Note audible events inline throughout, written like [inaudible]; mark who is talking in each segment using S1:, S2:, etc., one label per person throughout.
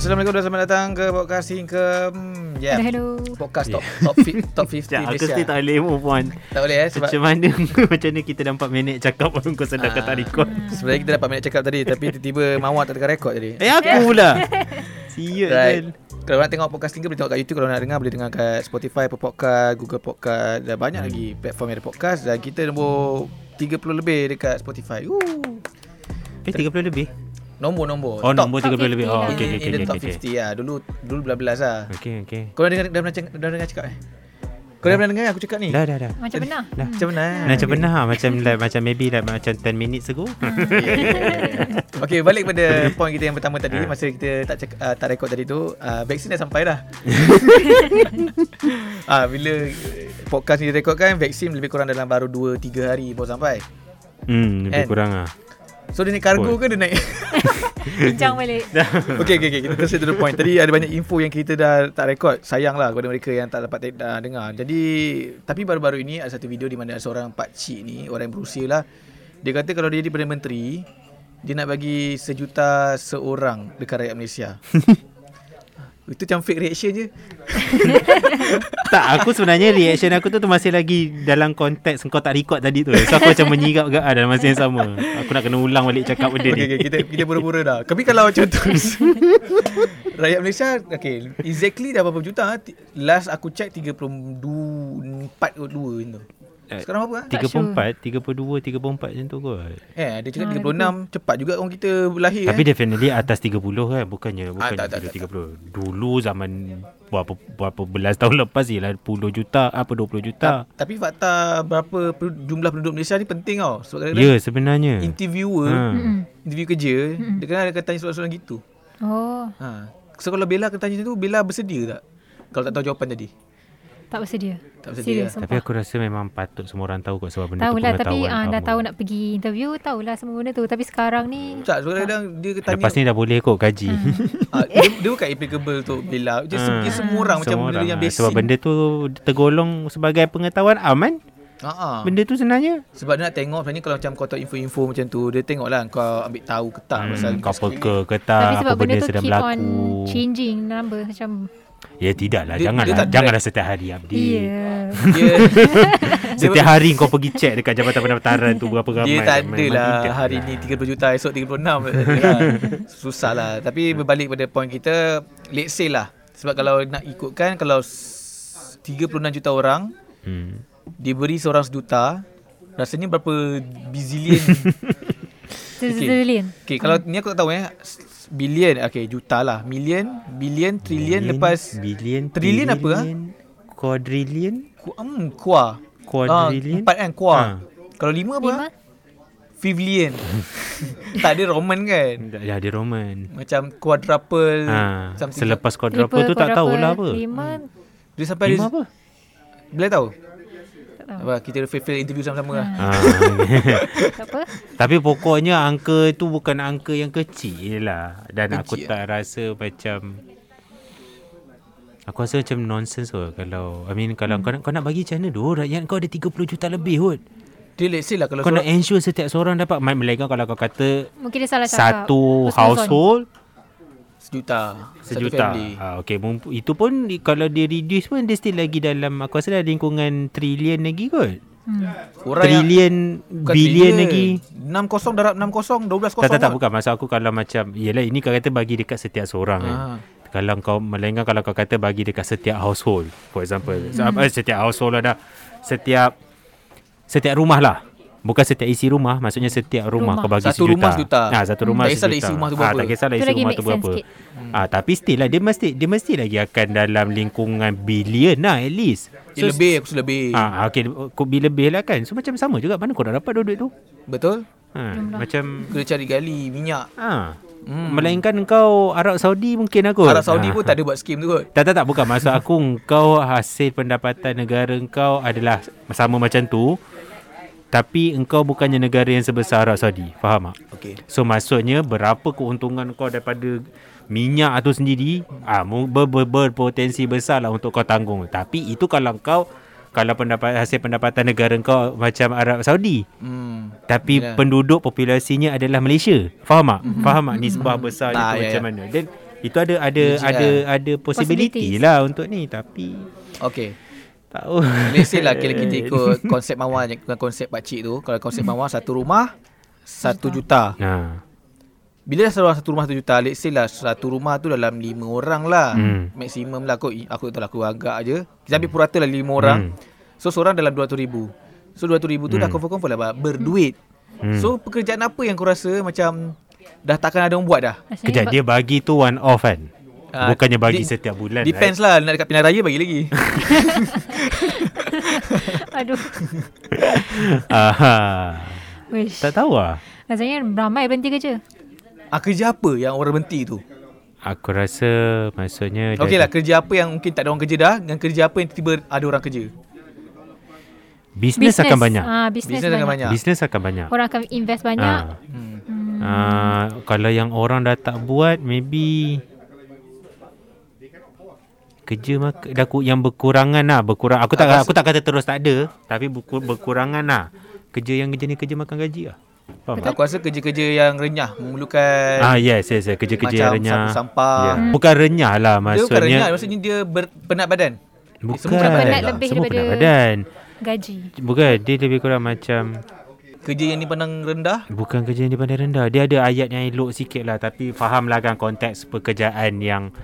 S1: Assalamualaikum dan selamat datang ke podcast Singke. Hmm, yeah.
S2: Hello, hello.
S1: Podcast top
S3: Yeah.
S1: top fi, top 50
S3: [laughs] Sekejap, aku
S1: Malaysia.
S3: still tak boleh move on
S1: tak boleh eh sebab
S3: Macam mana [laughs] Macam mana kita dapat manage cakap Orang kau sedar kata
S1: Ah. [laughs]
S3: record
S1: sebenarnya kita dapat minit cakap tadi tapi
S3: [laughs]
S1: tiba-tiba mawar tak dengar rekod tadi.
S3: Eh aku
S1: [laughs]
S3: pula Siut
S1: Right.
S3: kan
S1: Kalau nak tengok podcast Singke boleh tengok kat YouTube Kalau nak dengar boleh dengar kat Spotify, Apple Podcast, Google Podcast Dan
S3: Hmm.
S1: banyak lagi platform yang ada podcast Dan kita nombor 30 lebih dekat Spotify Woo.
S3: Eh 30 lebih
S1: Nombor-nombor
S3: Oh nombor
S2: top
S3: 30 lebih Oh
S1: in,
S3: okay okay
S1: in the
S3: okay
S1: top
S3: okay, Hmm.
S1: 50 okay. lah Dulu dulu belas-belas lah
S3: Okay okay
S1: Kau dah dengar, dah pernah, cakap- dah dengar cakap eh? Kau dah pernah dengar aku cakap ni? Ah,
S3: Dah dah dah
S2: Macam
S3: [laughs]
S2: benar.
S3: Dah.
S1: Macam mana?
S3: Macam benar lah. Macam like, macam maybe like, Macam 10 minutes ago
S1: [laughs] Ah. Okay balik pada point kita yang pertama tadi Masa kita tak cak, uh, tak rekod tadi tu uh, Vaksin dah sampai dah Ah Bila eh, podcast ni direkodkan Vaksin lebih kurang dalam baru 2-3 hari baru sampai And-
S3: Hmm Lebih kurang lah
S1: So dia naik kargo ke dia naik [laughs]
S2: Bincang balik.
S1: okay, okay, okay, kita terus to the point Tadi ada banyak info yang kita dah tak rekod Sayanglah kepada mereka yang tak dapat uh, dengar Jadi Tapi baru-baru ini ada satu video di mana ada seorang pakcik ni Orang yang berusia lah Dia kata kalau dia jadi Perdana Menteri Dia nak bagi sejuta seorang dekat rakyat Malaysia Itu macam fake reaction je
S3: Tak aku sebenarnya Reaction aku tu, tu Masih lagi Dalam konteks Kau tak record tadi tu So aku macam menyigap gak Dalam masa yang sama Aku nak kena ulang balik Cakap benda
S1: okay,
S3: ni
S1: okay, kita kita pura-pura dah. Tapi kalau macam tu [laughs] rakyat Malaysia okay, exactly dah berapa juta? ah? Ti- Last aku check 32 42 macam tu.
S3: Eh,
S1: Sekarang berapa? ah?
S3: 34 32 34 macam tu kot
S1: Eh, dia cakap 36 cepat juga orang kita lahir
S3: Tapi
S1: eh.
S3: definitely atas 30 kan Bukannya Bukannya
S1: tak,
S3: ah,
S1: tak,
S3: tak, 30 Dulu zaman Berapa berapa belas tahun lepas Ialah 10 juta Apa 20 juta
S1: Tapi fakta berapa per- jumlah penduduk Malaysia ni penting tau. Sebab
S3: Ya
S1: kadang-kadang
S3: yeah, sebenarnya
S1: interviewer,
S3: Ha.
S1: interview kerja, dia kadang akan tanya soalan-soalan gitu.
S2: Oh,
S1: Ha. So kalau Bella kena tanya macam tu, Bella bersedia tak? Kalau tak tahu jawapan tadi.
S2: tak bersedia.
S1: Tak bersedia.
S2: Serius,
S3: Tapi
S2: sumpah.
S3: aku rasa memang patut semua orang tahu kot sebab benda tu
S2: Tahulah tapi
S3: pengetahuan
S2: ah, dah
S3: amoi.
S2: tahu nak pergi interview, tahulah semua benda tu. Tapi sekarang ni
S1: Tak, sebab kadang-kadang dia tanya
S3: Lepas ni dah boleh kot gaji
S2: Hmm.
S3: [laughs]
S1: Ah, dia, dia bukan applicable tu Bella Dia se- dia semua orang macam
S3: Ah. Semua
S1: benda
S3: orang
S1: yang
S3: ah.
S1: basic
S3: Sebab benda tu tergolong sebagai pengetahuan aman
S1: Ah, ah.
S3: Benda tu sebenarnya
S1: Sebab dia nak tengok Sebenarnya kalau macam kau tahu info-info macam tu Dia tengok lah kau ambil tahu ke tak hmm, pasal
S3: Kau
S1: [laughs] sekeliling.
S3: peka ke
S2: tapi
S3: tak
S2: sebab
S3: Ah, Apa
S2: benda
S3: benda
S2: tu
S3: sedang
S2: keep on
S3: berlaku
S2: changing number macam
S3: Ya tidaklah
S1: Dia-
S3: Janganlah
S1: dia tak
S3: Janganlah setiap hari Abdi
S2: yeah.
S1: Dia, dia,
S3: Setiap hari kau pergi check dekat Jabatan Pendaftaran tu berapa ramai.
S1: dia tak
S3: Memang
S1: ada lah
S3: tidak
S1: Hari
S3: lah.
S1: ni 30 juta Esok 36 tak
S3: [laughs]
S1: ada lah. Susah lah Tapi berbalik pada point kita Let's say lah Sebab kalau nak ikutkan Kalau s- 36 juta orang
S3: Hmm.
S1: Diberi seorang sejuta Rasanya berapa
S3: [laughs]
S1: Bazillion
S2: Zillion.
S1: Okay, kalau ni aku tak tahu eh. S- s- Billion, okay, juta lah. Million, billion, trillion, lepas
S3: billion
S1: trillion apa, ah?
S3: Quadrillion
S1: ku, um, kuah.
S3: Quadrillion?
S1: empat kan, kuah.
S3: Ah.
S1: Kalau lima apa?
S2: Lima?
S3: [laughs]
S1: Fivlion. tak ada Roman kan?
S3: Tak ya, dia Roman
S1: Macam quadruple.
S3: ha,
S1: something.
S3: Selepas quadruple tu tak tahulah apa Hmm.
S2: Lima,
S1: Dia sampai
S3: Lima
S1: lima
S3: apa?
S1: Bila tahu?
S2: tak tahu. Hmm.
S1: Apa, kita fail-fail interview sama-sama lah.
S3: ha.
S2: Tak apa.
S3: Tapi pokoknya angka tu bukan angka yang kecil lah Dan aku
S1: Kecil,
S3: tak rasa macam Aku rasa macam nonsense kot Kalau I mean kalau kau, nak, kau nak bagi macam mana tu Rakyat kau ada 30 juta lebih kot
S1: Dia let's say lah kalau
S3: Kau nak
S1: seorang,
S3: ensure setiap seorang dapat Melainkan kalau kau kata
S2: Mungkin dia salah cakap.
S3: Satu
S2: Husnuzon.
S3: household
S1: sejuta. Satu
S3: Sejuta
S1: family.
S3: ha, okay. Mumpu, Itu pun di- Kalau dia reduce pun Dia still lagi dalam Aku rasa dah lingkungan Trilion lagi kot
S1: Orang
S3: Trilion Bilion lagi
S1: 60 darab 60, 12 kosong. lah.
S3: Tak tak tak bukan Maksud aku kalau macam Yelah ini kau kata Bagi dekat setiap seorang kan.
S1: Ah.
S3: Kalau kau Melainkan kalau kau kata Bagi dekat setiap household For example
S1: Hmm.
S3: so, apa, Setiap household lah dah Setiap Setiap rumah lah Bukan setiap isi rumah Maksudnya setiap rumah,
S2: Rumah.
S3: rumah. kau bagi
S1: Satu
S3: sejuta
S1: rumah sejuta.
S3: ha, Satu
S1: Hmm.
S3: rumah
S1: Tak kisahlah
S3: sejuta
S1: isi rumah tu
S3: Ah,
S1: berapa.
S3: Tak kisahlah
S2: Tu
S3: isi
S2: lagi
S3: rumah
S2: make
S3: tu
S2: sense
S3: berapa
S2: sikit.
S3: Ah, Tapi still lah Dia mesti Dia mesti lagi akan dalam lingkungan Bilion lah at least
S1: Dia lebih, aku sudah lebih.
S3: Ah, okay, kau bila lebih lah kan. So macam sama juga mana kau nak dapat duit tu?
S1: Betul?
S3: Ha,
S2: lah.
S3: macam
S1: Kena cari gali, minyak.
S3: ha. Hmm. Melainkan kau Arab Saudi mungkin aku. Ha.
S1: Arab Saudi pun tak ada buat skim tu kot.
S3: Tak tak tak bukan maksud aku kau hasil pendapatan negara kau adalah sama macam tu. Tapi engkau bukannya negara yang sebesar Arab Saudi. Faham tak?
S1: Okey.
S3: So maksudnya berapa keuntungan kau daripada minyak tu sendiri ah mu- ber, ber, berpotensi besar lah untuk kau tanggung. Tapi itu kalau kau kalau pendapat hasil pendapatan negara kau macam Arab Saudi.
S1: Hmm.
S3: Tapi
S1: Yalah. Mhm.
S3: penduduk populasinya adalah Malaysia. Faham tak? Faham tak nisbah besarnya
S1: Ah,
S3: tu
S1: ya,
S3: macam
S1: ya.
S3: mana? Dan Itu ada ada
S1: Legit
S3: ada
S1: lah.
S3: ada possibility
S2: Possibilities.
S3: lah untuk ni tapi
S1: Okay
S3: tak tahu.
S1: Let's say lah Kalau kita
S3: Eh.
S1: ikut Konsep mawar Dengan konsep pakcik tu Kalau konsep
S3: Hmm.
S1: mawar Satu rumah Satu juta
S3: [laughs] Nah.
S1: Bila dah seorang satu rumah satu juta Let's say lah Satu rumah tu dalam lima orang lah
S3: Hmm.
S1: Maximum lah kot Aku tak tahu lah Aku agak je Kita ambil purata lah lima orang
S3: Hmm.
S1: So seorang dalam 200 ribu So 200 ribu tu dah confirm-confirm lah bah- Berduit
S3: Hmm.
S1: So pekerjaan apa yang kau rasa Macam Dah takkan ada orang buat dah
S2: Macam ni
S3: Kejap
S2: ba-
S3: dia bagi tu one off kan.
S1: Ah,
S3: Bukannya bagi
S1: de-
S3: setiap bulan. kan?
S1: Depends lah Nak dekat pilihan raya bagi
S3: [laughs]
S1: lagi
S2: [laughs] Aduh
S3: Right? [laughs] Aha.
S2: Wish
S3: Tak tahu lah.
S2: Rasanya ramai berhenti kerja
S1: ah, Kerja apa yang orang berhenti tu
S3: Aku rasa maksudnya dia-
S1: Okey lah kerja apa yang mungkin tak ada orang kerja dah Dengan kerja apa yang tiba ada orang kerja
S3: bisnes akan banyak.
S2: ah, Bisnes
S1: Bisnes akan
S2: banyak.
S1: banyak
S3: Bisnes akan banyak.
S2: Orang akan invest banyak
S3: Ah.
S1: hmm.
S3: Ah, kalau yang orang dah tak buat maybe kerja mak- dah ku- yang berkurangan lah berkurang aku tak aku tak kata terus tak ada tapi berku- berkurangan lah kerja yang jenis kerja makan gaji lah faham tak?
S1: Aku rasa kerja-kerja yang renyah Memerlukan
S3: ah yes yes, yes. kerja-kerja
S1: Macam
S3: yang renyah
S1: sapu sampah.
S3: yeah. bukan renyah lah
S1: Dia bukan renyah
S3: maksudnya
S1: Maksudnya dia ber, penat badan
S3: bukan
S1: Semua penat
S2: Penat lebih
S3: semua penat
S2: daripada-
S3: badan
S2: Gaji
S3: bukan dia lebih kurang macam
S1: Kerja yang dipandang rendah
S3: Bukan kerja yang dipandang rendah. Dia ada ayat yang elok sikit lah. Tapi fahamlah kan konteks pekerjaan yang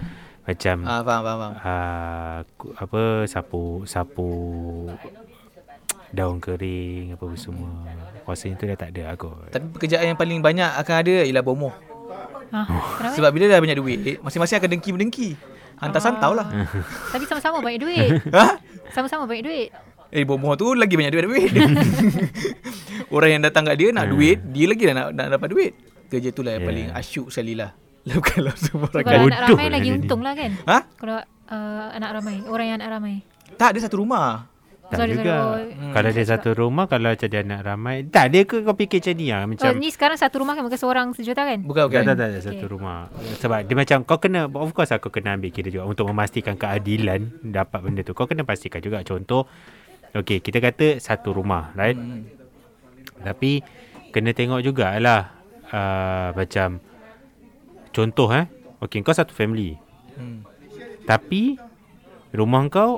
S3: macam
S1: ah, Faham faham, faham.
S3: uh, apa sapu sapu daun kering apa semua. Kuasanya tu dah tak ada lah aku.
S1: Tapi pekerjaan yang paling banyak akan ada Ialah bomoh
S2: ah,
S3: Oh.
S2: kenapa?
S1: Sebab bila dah banyak duit Masing-masing akan dengki-mendengki Hantar santau lah
S3: Hmm.
S2: Ah. Tapi sama-sama banyak duit
S1: Ha?
S2: Sama-sama banyak duit
S1: Eh bomoh tu lagi banyak
S3: [laughs]
S1: duit-duit Orang yang datang kat dia
S3: Hmm.
S1: nak duit Dia lagi dah nak, nak dapat duit Kerja tu lah yang
S3: Yeah.
S1: paling asyuk sekali lah [laughs] Kalau semua
S2: so,
S1: orang
S2: Kalau anak
S3: Bodoh
S2: ramai
S3: lah
S2: lagi
S3: dia ni.
S2: untung lah kan
S1: Ha?
S2: Kalau uh, anak ramai Orang yang anak ramai
S1: Tak ada satu rumah
S3: Tak
S2: Sorry,
S3: juga.
S2: sorry.
S3: Hmm. Kalau dia satu rumah, kalau jadi anak ramai. Tak, dia ke kau fikir macam ni lah. Macam,
S2: Oh, ni sekarang satu rumah kan Bukan seorang sejuta kan
S1: Bukan
S3: Tak,
S1: bukan
S3: tak, tak, tak, satu rumah. Sebab dia macam kau kena, of course aku kena ambil kira juga untuk memastikan keadilan dapat benda tu. Kau kena pastikan juga. Contoh, okay, kita kata satu rumah, right? Hmm. Tapi, kena tengok jugalah uh, macam, contoh eh, okay, kau satu family.
S1: Hmm.
S3: Tapi, rumah kau,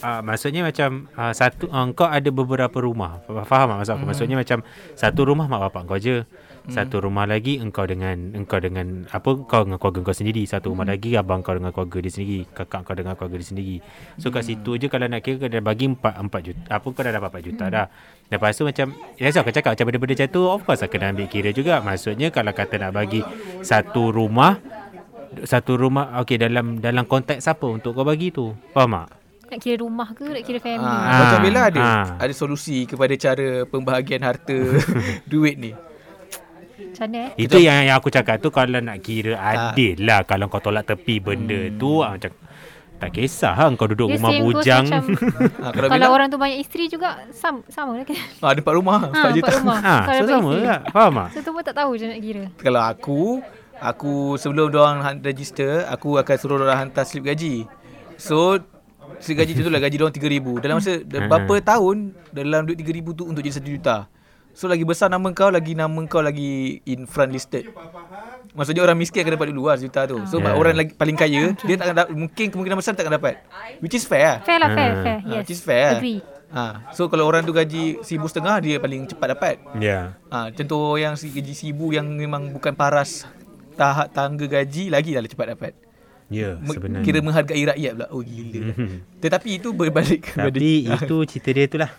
S3: Uh, maksudnya macam uh, satu uh, kau ada beberapa rumah. Fa- Faham tak maksud aku? Maksudnya macam satu rumah mak bapak kau je. Satu rumah lagi engkau dengan engkau dengan apa kau dengan keluarga kau sendiri. Satu rumah lagi abang kau dengan keluarga dia sendiri, kakak kau dengan keluarga dia sendiri. So kat situ je kalau nak kira kau dah bagi 4 4 juta. Apa kau dah dapat 4 juta dah. Lepas tu macam Yes aku cakap macam benda-benda macam tu Of course aku kena ambil kira juga Maksudnya kalau kata nak bagi Satu rumah Satu rumah Okay dalam dalam konteks apa Untuk kau bagi tu Faham tak?
S2: Nak kira rumah ke Nak kira family
S1: Ah,
S3: Ah,
S1: macam Bella ada
S3: ah.
S1: ada solusi kepada cara pembahagian
S3: [laughs]
S1: harta duit ni.
S2: Macam mana eh
S3: Itu yang, yang aku cakap tu kalau nak kira adil lah kalau kau tolak tepi benda tu ah, macam tak kisah lah kau duduk
S2: Dia
S3: rumah
S2: same goes
S3: bujang. [laughs]
S2: macam
S1: Ha, kalau
S2: Kalau,
S1: Bella
S2: orang tu banyak isteri juga Sama, sama
S3: [laughs]
S2: lah kan
S1: ha, ada empat rumah,
S2: Ha,
S1: empat juta.
S2: empat rumah
S3: ha,
S2: Kalau
S3: so
S2: dapat
S3: sama
S2: isteri.
S3: lah. Faham tak?
S2: So tu pun tak tahu je nak kira
S1: Kalau aku, aku sebelum diorang han- register, aku akan suruh diorang hantar slip gaji. So slip gaji tu lah gaji diorang 3000. Dalam masa
S3: Ah.
S1: berapa tahun dalam duit 3000 tu untuk jadi 1 juta. So lagi besar nama kau lagi nama kau lagi in front listed. Maksudnya orang miskin akan dapat dulu lah juta tu. So
S3: Ah.
S1: yeah. orang lagi paling kaya dia tak akan dapat, mungkin kemungkinan besar tak akan dapat. Which is fair lah.
S2: Fair lah fair,
S3: Ah.
S2: fair.
S1: Ah,
S2: Yes
S1: Which is fair lah.
S2: Agree
S1: Ha, so kalau orang tu gaji sibu setengah dia paling cepat dapat.
S3: Ya.
S1: Ha, contoh yang si- gaji sibu yang memang bukan paras tahap tangga gaji lagi dah cepat dapat.
S3: Ya,
S1: Me-
S3: sebenarnya.
S1: Kira menghargai rakyat pula. Oh
S3: [laughs]
S1: gila.
S3: Mhm.
S1: Tetapi itu berbalik kepada
S3: Tapi itu cerita dia tu
S1: [laughs]
S3: lah.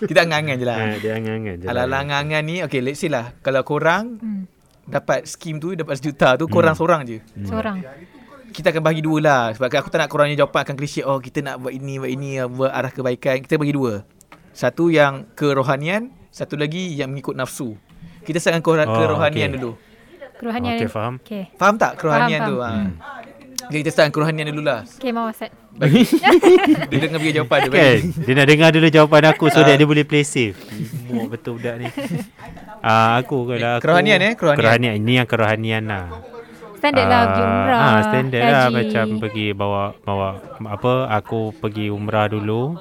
S1: kita angan-angan je lah.
S3: ha, dia angan-angan je. lah.
S1: Alang-alang angan ni okay let's say lah kalau korang
S2: hmm.
S1: dapat skim tu dapat sejuta tu korang
S3: Hmm.
S1: seorang je.
S2: Seorang
S1: Kita akan bagi dua lah sebab aku tak nak korang punya jawapan akan klise oh kita nak buat ini buat ini buat arah kebaikan. Kita bagi dua. Satu yang kerohanian, satu lagi yang mengikut nafsu. Kita setkan korang
S3: Oh,
S1: kerohanian
S3: okay.
S1: dulu.
S2: Kerohanian
S3: Okey, faham.
S2: Okay
S1: Faham tak kerohanian
S2: Faham,
S1: tu? Ha.
S3: Hmm.
S1: Okay, kita start kerohanian dulu lah.
S2: Okay mau set
S3: [laughs]
S1: Dia dengar bagi jawapan dia.
S3: Kan?
S1: bagi.
S3: Dia nak dengar dulu jawapan aku so
S1: Ah.
S3: that dia boleh play safe. Muak betul budak [laughs] ni. Ah aku kalau aku
S1: Kerohanian, eh, kerohanian.
S3: kerohanian. Ini yang kerohanian lah.
S2: Standard lah pergi
S3: Ah,
S2: umrah
S3: ah, standard lah
S2: haji.
S3: macam pergi bawa bawa apa aku pergi umrah dulu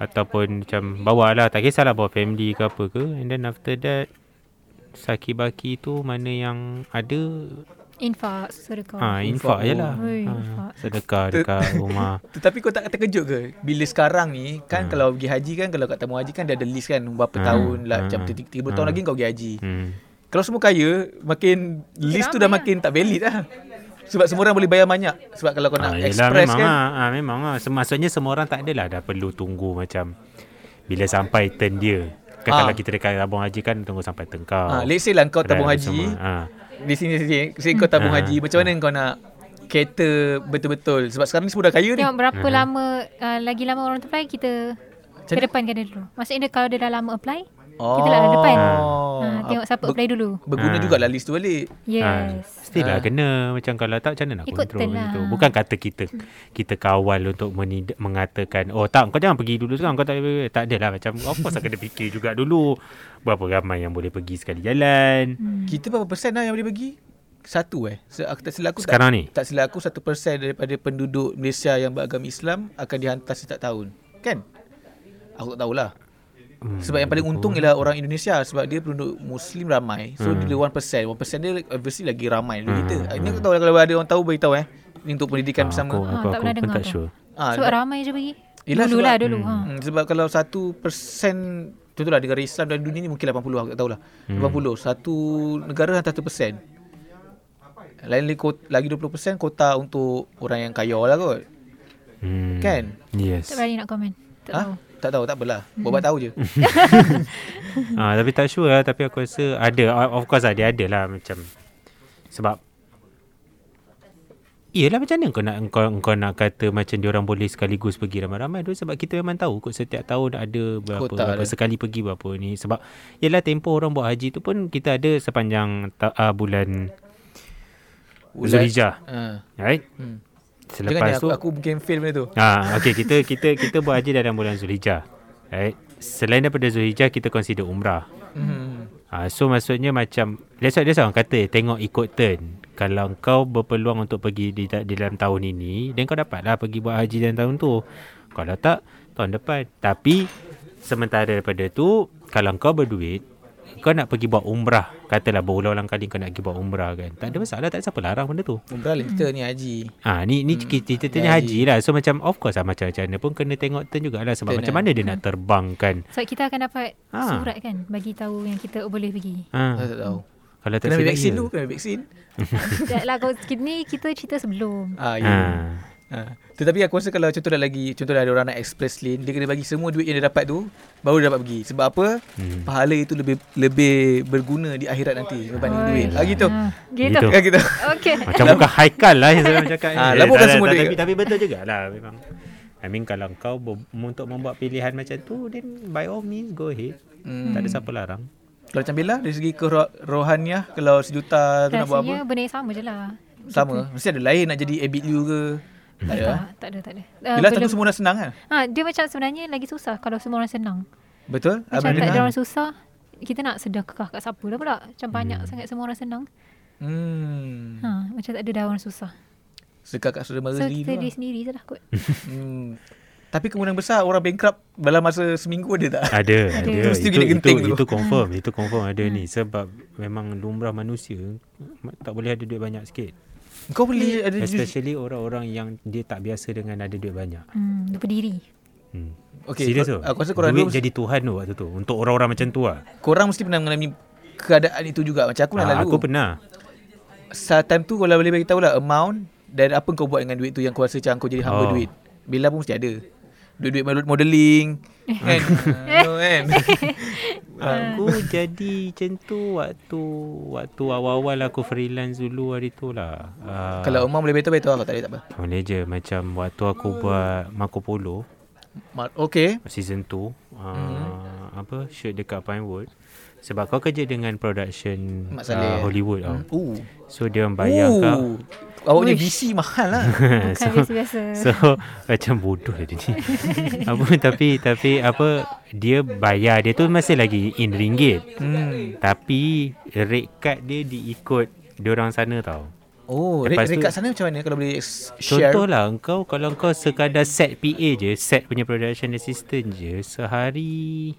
S3: ataupun macam bawa lah tak kisahlah bawa family ke apa ke and then after that saki baki tu mana yang ada
S2: Infak sedekah.
S3: Ha, infak je lah.
S2: Ui,
S3: Ha,
S2: infak.
S3: sedekah
S1: [laughs]
S3: dekat rumah.
S1: Tetapi kau tak terkejut ke Bila sekarang ni Kan
S3: Ha.
S1: kalau pergi haji kan Kalau kat tamu haji kan Dia ada list kan Berapa
S3: Ha.
S1: tahun lah
S3: Ha.
S1: Macam 30
S3: Ha.
S1: tahun lagi kau pergi haji
S3: Hmm.
S1: Kalau semua kaya Makin List tu dah
S2: ramai
S1: makin tak valid lah Sebab semua orang boleh bayar banyak Sebab kalau kau nak
S3: yelah,
S1: express
S3: memang
S1: kan
S3: lah. Ah, memang lah. Sem- Maksudnya semua orang tak adalah dah perlu tunggu macam bila sampai turn dia. Kan
S1: Ah.
S3: kalau kita dekat tabung haji kan tunggu sampai tengkau.
S1: ha, Let's say lah kau tabung
S3: Dah ada
S1: haji
S3: semua. Ah.
S1: Di sini sini Say kau tabung
S3: Ha.
S1: haji Macam mana kau nak Cater betul-betul Sebab sekarang ni semua dah kaya ni
S2: Tengok berapa uh-huh. lama uh, lagi lama orang tu apply kita
S1: Macam
S2: ke
S1: mana?
S2: depan kan dulu. Maksudnya dia, kalau dia dah lama apply, kita lah dah depan.
S1: Oh.
S2: Ha, tengok siapa apply dulu.
S1: Berguna
S3: Ha.
S1: jugalah list tu balik
S2: Yes.
S3: Ha, still lah
S1: Ah.
S3: kena macam kalau tak macam mana nak
S2: Ikut
S3: kontrol
S2: turn
S3: macam
S2: lah.
S3: tu. Bukan kata kita kita kawal untuk menid- mengatakan oh tak kau jangan pergi dulu sekarang kau tak boleh tak adalah macam of course kena fikir juga dulu berapa ramai yang boleh pergi sekali jalan.
S2: Hmm.
S1: Kita berapa persen lah yang boleh bagi? Satu eh. Se- Aku tak silap aku
S3: Sekarang
S1: tak,
S3: ni?
S1: Tak silap aku satu persen daripada penduduk Malaysia yang beragama Islam akan dihantar setiap tahun. Kan? Aku tak tahulah.
S3: Hmm,
S1: Sebab yang paling untung ialah orang Indonesia sebab dia penduduk Muslim ramai. So
S3: Hmm.
S1: dia 1%. 1% dia obviously lagi ramai daripada kita. Ini aku tahu lah, kalau ada orang tahu beritahu eh. Ini untuk pendidikan bersama.
S3: Aku
S2: Ah,
S3: aku,
S2: tak
S3: aku,
S2: pernah
S3: pun
S2: dengar
S3: tak
S2: tu.
S3: sure.
S1: Ah,
S2: sebab
S1: sebab-
S2: ramai je pergi.
S1: Yelah,
S2: dulu
S1: sebab-
S2: lah dulu. Ha.
S1: Hmm, sebab kalau 1% Contohlah negara Islam dalam dunia ni mungkin 80 aku tak tahulah. Hmm. 80. Satu negara hantar 1%. Lain lagi kot- lagi 20% kota untuk orang yang kaya lah kot.
S3: Hmm.
S1: Kan?
S3: Yes.
S2: Ah, Tak berani nak komen. Tak
S1: Ha?
S2: tahu.
S1: Tak tahu, tak apalah. Buat-buat tahu je.
S3: Ah, tapi tak sure lah Tapi aku rasa ada Ah, Of course lah Dia ada lah macam Sebab Yelah macam mana kau nak kau, kau nak kata macam diorang boleh sekaligus pergi ramai-ramai tu sebab kita memang tahu kot setiap tahun ada
S1: Kota
S3: berapa, berapa
S1: dia.
S3: sekali pergi berapa ni sebab yelah tempoh orang buat haji tu pun kita ada sepanjang ta, uh, bulan Zulhijjah
S1: Ha.
S3: right
S1: Hmm. Jangan ni,
S3: selepas
S1: aku,
S3: tu
S1: aku mungkin fail benda tu.
S3: Ah, okey kita kita kita buat haji dalam bulan Zulhijjah. Right? Selain daripada Zulhijjah kita consider umrah.
S1: Hmm.
S3: Ah, so maksudnya macam that's why that's why orang kata tengok ikut turn. Kalau kau berpeluang untuk pergi di, di dalam tahun ini, then kau dapatlah pergi buat haji dalam tahun tu. Kalau tak, tahun depan. Tapi sementara daripada tu, kalau kau berduit, kau nak pergi buat umrah. Katalah berulang-ulang kali kau nak pergi buat umrah kan. Tak ada masalah, tak ada siapa larang benda tu.
S1: Umrah lain cerita ni haji.
S3: Ah ni
S1: Hmm,
S3: ni kita kita
S1: ya,
S3: tanya haji lah. So macam of course lah macam macam mana pun kena tengok turn jugalah sebab
S1: Turn,
S3: macam
S1: eh.
S3: mana dia nak terbangkan.
S2: Sebab kita akan dapat
S3: Ah.
S2: surat kan bagi tahu yang kita boleh pergi.
S1: Aku
S3: Ha.
S1: tak tahu.
S3: Kalau tak
S1: Kena ambil
S3: silap
S1: vaksin
S3: ya.
S1: dulu, kena ambil vaksin.
S2: Tak lah kau ni kita cerita sebelum.
S1: Ah, ya.
S3: Ha.
S1: Ha. Tetapi aku rasa kalau contohlah lagi Contohlah ada orang nak express lane Dia kena bagi semua duit yang dia dapat tu Baru dia dapat pergi Sebab apa hmm. Pahala itu lebih lebih berguna di akhirat nanti Berbanding duit Ah gitu
S2: Ha.
S3: Gitu.
S2: Gitu.
S1: Ah gitu [laughs]
S2: Okey.
S3: Macam bukan Haikal lah yang saya cakap. ni.
S1: Ah,
S3: Eh,
S1: labukkan
S3: tak-
S1: semua
S3: tak-
S1: duit.
S3: Tapi, tapi betul jugalah memang. I mean kalau kau ber- untuk membuat pilihan macam tu then by all means go ahead.
S1: Hmm.
S3: Tak ada siapa larang.
S1: Kalau macam Bella Dari segi kero- rohaniah Kalau sejuta tu nak buat apa
S2: Rasanya benda yang sama je lah.
S1: Sama Mesti ada lain nak jadi abit you ke Tak ada
S2: Tak, tak ada, tak ada. Uh,
S1: Ya. Yelah tentu semua dah senang kan
S2: Ha, dia macam sebenarnya lagi susah kalau semua orang senang.
S1: Betul
S2: Macam
S1: Abang
S2: tak ada
S1: dengar
S2: orang susah, kita nak sedekah kat siapa lah pula. Macam banyak sangat semua orang senang.
S1: Hmm
S2: Ha, macam tak ada dah orang susah.
S1: Sekat kat saudara
S2: So,
S1: mari tu
S2: kita diri
S1: lah.
S2: sendiri je lah kot.
S1: Hmm Tapi kemungkinan besar Orang bankrupt Dalam masa seminggu ada Hmm. tak
S3: Ada, ada.
S2: Ada.
S1: Terus tu
S3: Itu,
S1: kena
S3: itu,
S1: genting tu.
S3: itu confirm, itu confirm ada ni sebab memang lumrah manusia tak boleh ada duit banyak sikit.
S1: Kau boleh ada
S3: Especially orang-orang yang dia tak biasa dengan ada duit banyak.
S2: Hmm, dia berdiri.
S3: Hmm.
S1: Okay,
S3: Serius
S1: kau-
S3: tu.
S1: aku rasa korang
S3: duit
S1: dua-
S3: jadi Tuhan tu waktu tu. Untuk orang-orang macam tu lah.
S1: Korang mesti pernah mengalami keadaan itu juga macam aku
S3: Aku,
S1: lah
S3: ha,
S1: lalu.
S3: aku pernah.
S1: Saat time tu kalau boleh bagi tahulah amount dan apa kau buat dengan duit tu yang kau rasa macam kau jadi hamba oh.
S3: Oh.
S1: duit. Bila pun mesti ada. Duit-duit model- [laughs] modeling kan. Ah, no, [laughs] kan?
S3: Aku
S1: Eh. [laughs]
S3: jadi macam tu waktu waktu awal-awal aku freelance dulu hari tu lah. Uh,
S1: kalau Hmm. amount boleh bagi tahu bagi tahu aku tak ada tak apa.
S3: boleh je macam waktu aku buat Marco Polo
S1: Ma- Okay.
S3: season 2 uh,
S1: Hmm.
S3: apa shoot dekat Pinewood sebab kau kerja dengan production
S1: Mat
S3: uh,
S1: Salleh.
S3: Hollywood tau.
S1: Hmm, Ooh.
S3: So dia orang bayar kau
S1: Ooh. Awak punya VC mahal
S3: [laughs]
S1: lah.
S2: Bukan biasa-biasa.
S1: [laughs]
S3: So [laughs] macam bodoh lah dia ni Apa tapi tapi apa dia bayar dia tu masih lagi in ringgit. Hmm. Tapi rate card dia diikut dia orang sana tau.
S1: Oh, Lepas
S3: Lepas tu-
S1: rekat sana macam mana kalau boleh s- share?
S3: Contohlah engkau kalau kau sekadar set PA je, set punya production assistant je sehari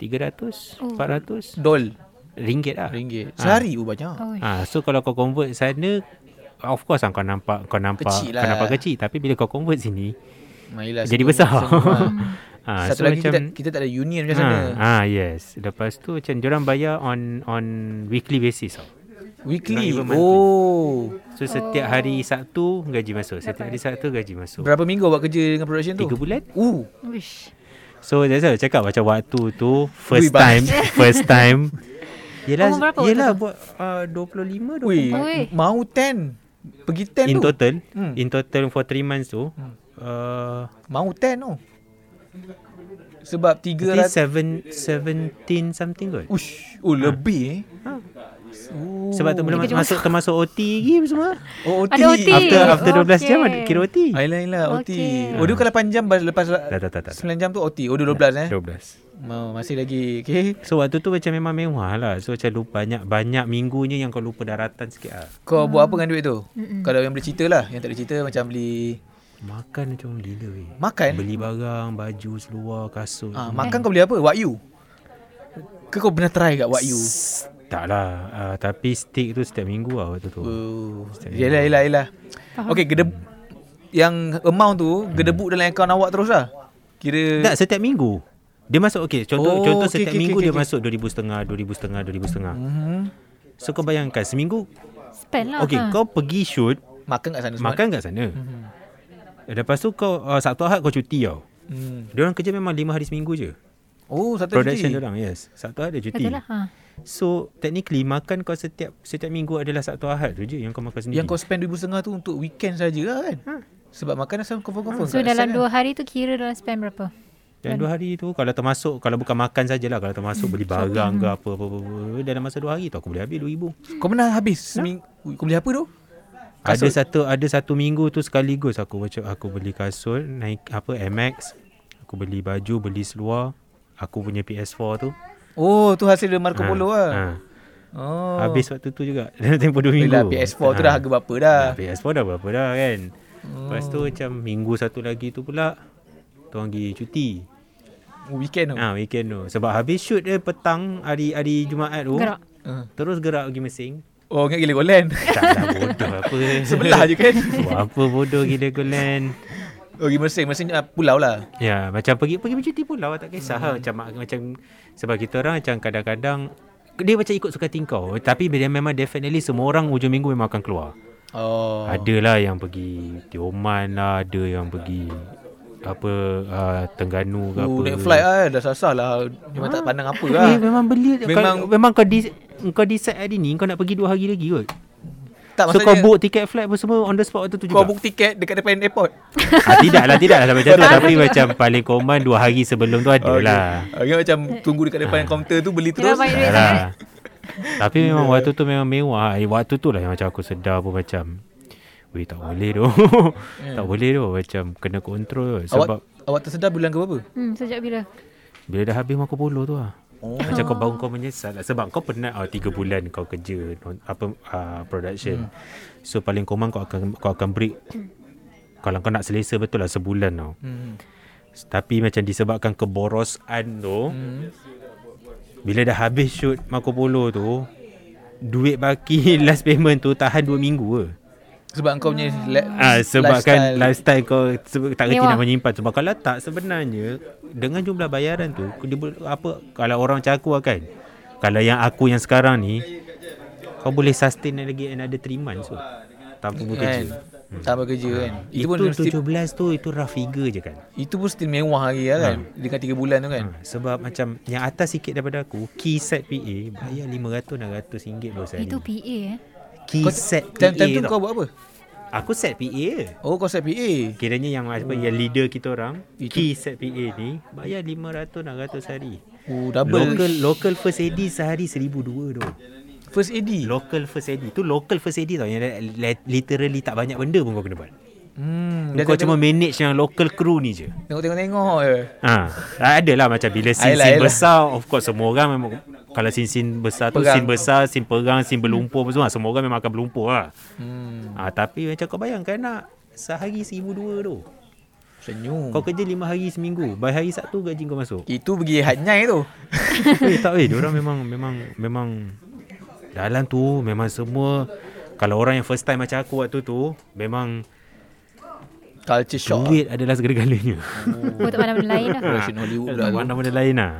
S3: 300,
S2: Oh.
S3: 400
S1: Dol.
S3: ringgit lah.
S1: Ringgit. Sehari ha. banyak.
S2: Oh,
S3: Ha, so kalau kau convert sana of course lah kau nampak kau nampak
S1: Kecil lah.
S3: kau nampak kecil tapi bila kau convert sini
S1: Mailah
S3: jadi
S1: semua-
S3: besar.
S1: [laughs] semua.
S3: [laughs] ha,
S1: Satu lagi kita, kita tak ada union macam sana.
S3: Ah ha, yes. Lepas tu macam diorang bayar on on weekly basis tau.
S1: Weekly.
S3: Not even monthly.
S1: Oh.
S3: So setiap hari Sabtu gaji masuk, setiap hari Sabtu gaji masuk.
S1: Berapa minggu awak kerja dengan production tu?
S3: Tiga bulan.
S1: Uh.
S2: Wish.
S3: So that's why I cakap macam waktu tu first
S1: Ui, bah.
S3: time, [laughs] first time. Yelah,
S2: Umur berapa waktu
S3: yelah
S2: tu?
S3: buat uh, 25
S1: Wih,
S2: Oi.
S1: mau 10. Pergi 10
S3: in
S1: tu.
S3: total,
S1: Hmm.
S3: in total for 3 months tu uh,
S1: Mau 10 tu. Sebab
S3: I
S1: 300
S3: think 7 17 something kot.
S1: Ush, oh lebih eh. Oh.
S3: Ha. Sebab tu belum
S2: Kita
S3: masuk termasuk OT lagi apa semua.
S1: Oh, OT.
S2: Ada OT.
S3: After after 12 jam
S2: Okay.
S3: ada kira OT.
S1: Ayolah, ayolah, OT.
S2: Okey.
S1: Oh, dia bukan 8 jam lepas- lepas
S3: Tak tak tak tak.
S1: 9 jam tu OT. Oh, dia 12 eh.
S3: 12.
S1: Mau masih lagi. Okay.
S3: So waktu tu macam memang mewah lah. So macam lupa banyak banyak minggunya yang kau lupa daratan sikit lah.
S1: Kau buat apa dengan duit tu? Mm-mm. Kalau yang boleh cerita lah. Yang tak boleh cerita macam beli
S3: Makan macam orang gila weh.
S1: makan.
S3: Beli barang, baju, seluar, kasut.
S1: Ah, makan kau beli apa? Wagyu. Ke kau pernah try kat Wagyu?
S3: Tak lah. Uh, tapi steak tu setiap minggu lah waktu tu.
S1: Oh. Yelah, yelah, yelah. Okay, gedeb... Yang amount tu, gedebuk dalam akaun awak terus lah. Kira...
S3: Tak, setiap minggu. Dia masuk, okay. Contoh,
S1: Oh,
S3: oh, contoh
S1: okey,
S3: okay, setiap
S1: okey,
S3: okay, minggu
S1: okey,
S3: okay, dia
S1: okey.
S3: okay. masuk
S1: Mhm.
S3: 2,500, 2,500, 2,500. So kau bayangkan seminggu,
S2: Spend lah.
S3: okay,
S2: ha.
S3: kau pergi shoot,
S1: Makan kat sana semua.
S3: makan kat sana.
S1: Mhm.
S3: Lepas tu kau, uh, Sabtu Ahad kau cuti tau.
S1: Hmm.
S3: Dia orang kerja memang 5 hari seminggu je.
S1: Oh, satu
S3: Production
S1: cuti.
S3: dia orang, yes. Sabtu Ahad dia cuti.
S2: Betul lah. Ha.
S3: So technically makan kau setiap setiap minggu adalah Sabtu Ahad tu je yang kau makan sendiri.
S1: Yang kau spend RM2,500 tu untuk weekend saja lah kan? Sebab makan asal confirm-confirm.
S2: Ha. So dalam
S1: lah.
S2: dua hari tu kira dalam spend berapa?
S3: Dan dua hari tu kalau termasuk kalau bukan makan sajalah kalau
S1: [laughs]
S3: termasuk beli barang ke apa apa, apa, apa dalam masa dua hari tu aku boleh habis 2000.
S1: Kau pernah habis seminggu? Kau beli apa tu?
S3: Ada satu ada satu minggu tu sekaligus aku macam aku beli kasut naik apa MX aku beli baju beli seluar aku punya PS4 tu.
S1: Oh, tu hasil dia Marco
S3: Ha,
S1: Polo lah.
S3: ha.
S1: Oh.
S3: Habis waktu tu juga [laughs] dalam tempoh 2
S1: Yelah,
S3: minggu.
S1: PS4 tu
S3: Ha.
S1: dah harga berapa dah?
S3: Dah PS4 dah berapa dah kan Lepas tu macam minggu satu lagi tu pula Tu orang pergi cuti
S1: Oh, Weekend tu.
S3: Ha weekend tu Sebab habis shoot dia petang hari hari Jumaat tu
S2: Gerak.
S1: Ah.
S3: Terus gerak pergi Mesing
S1: Oh, ingat gila
S3: [laughs]
S1: Golan.
S3: Tak lah bodoh apa
S1: Sebelah je
S3: [laughs]
S1: kan?
S3: Buat apa bodoh gila Golan
S1: Oh, pergi Mersing. Mersing uh, pulau lah.
S3: Ya macam pergi pergi bercuti pulau tak kisah hmm. Macam macam Sebab kita orang macam kadang-kadang dia macam ikut suka tingkau Tapi dia memang definitely Semua orang hujung minggu memang akan keluar
S1: Oh.
S3: Adalah yang pergi Tioman lah, ada yang pergi apa uh, Tengganu ke apa.
S1: Oh, naik flight lah. Dah sasar lah. Memang tak pandang apa lah.
S3: Eh, memang beli memang
S1: Memang-
S3: kau, memang kau dis, kau decide hari ni kau nak pergi dua hari lagi kot.
S1: tak,
S3: so kau
S1: maksudnya
S3: book tiket flight apa semua on the spot waktu tu
S1: kau
S3: juga.
S1: book tiket dekat depan airport.
S3: ah, tidak lah, tidak lah sampai
S1: [laughs]
S3: macam tu. Tapi macam paling common dua hari sebelum tu ada lah.
S1: Ah, ingat macam tunggu dekat depan kaunter tu beli
S2: Kira
S1: terus.
S2: banyak duit
S3: Tak
S2: sangat.
S3: lah. Tapi memang waktu tu memang mewah. Eh, waktu tu lah yang macam aku sedar pun macam Weh tak boleh tu [laughs] Tak boleh tu Macam kena kontrol tu Sebab
S1: Awak awak tersedar bulan ke berapa?
S2: Hmm, sejak bila?
S3: Bila dah habis Marco Polo tu lah Oh. Macam kau bangun kau menyesal lah Sebab kau penat oh, Tiga bulan kau kerja non, apa uh, Production hmm. So paling komang kau akan Kau akan break Kalau kau nak selesa betul lah Sebulan tau
S1: Hmm.
S3: Tapi macam disebabkan keborosan tu Bila dah habis shoot Marco Polo tu Duit baki [laughs] last payment tu Tahan 2 minggu ke
S1: Sebab kau punya le-
S3: Ah, sebab kan lifestyle kau sebe- tak reti
S2: Mewah.
S3: nak menyimpan sebab kalau tak sebenarnya dengan jumlah bayaran tu dia boleh- apa kalau orang macam aku lah kan kalau yang aku yang sekarang ni kau boleh sustain lagi another 3 months tu tanpa
S1: kan.
S3: bekerja
S1: Tambah kerja kan. Itu,
S3: itu,
S1: pun
S3: itu
S1: still,
S3: 17 tu itu rough figure je kan
S1: itu pun still mewah lagi lah kan.
S3: Hmm.
S1: Dengan 3 bulan tu kan.
S3: ha, sebab macam yang atas sikit daripada aku key set PA bayar 500 600 ringgit baru sehari
S2: Itu PA eh.
S3: key
S1: Kau
S3: set PA
S1: time, time tu
S3: tau.
S1: kau buat apa?
S3: aku set PA je
S1: Oh, kau set PA.
S3: Kiranya yang apa yang leader kita orang
S1: Itu-
S3: key set PA ni bayar 500 600 sehari.
S1: Oh, double.
S3: Local local first AD sehari 1200 tu.
S1: First AD.
S3: Local first AD tu local first AD tau yang li- literally tak banyak benda pun kau kena buat.
S1: Hmm,
S3: Kau cuma manage yang local crew ni je.
S1: Tengok-tengok-tengok eh. je.
S3: Ha, ada lah macam bila
S1: Ayolah,
S3: scene-scene
S1: ayolah.
S3: besar of course semua orang memang kalau scene-scene besar tu
S1: Perang.
S3: scene besar, scene perang, scene berlumpur apa semua semua orang memang akan berlumpur lah.
S1: Hmm.
S3: Ha, tapi macam kau bayangkan nak sehari 1200 tu.
S1: Senyum.
S3: Kau kerja 5 hari seminggu. By hari Sabtu gaji kau masuk. [laughs]
S1: Itu pergi hatnyai tu.
S3: eh tak eh orang memang memang memang dalam tu memang semua kalau orang yang first time macam aku waktu tu memang
S1: [laughs] Culture shock.
S3: duit adalah segala-galanya.
S1: Hmm.
S2: Kau tak pandang benda lain
S1: [laughs]
S2: lah.
S1: Version Hollywood
S3: Tak
S1: pula tu.
S3: pandang benda lain lah.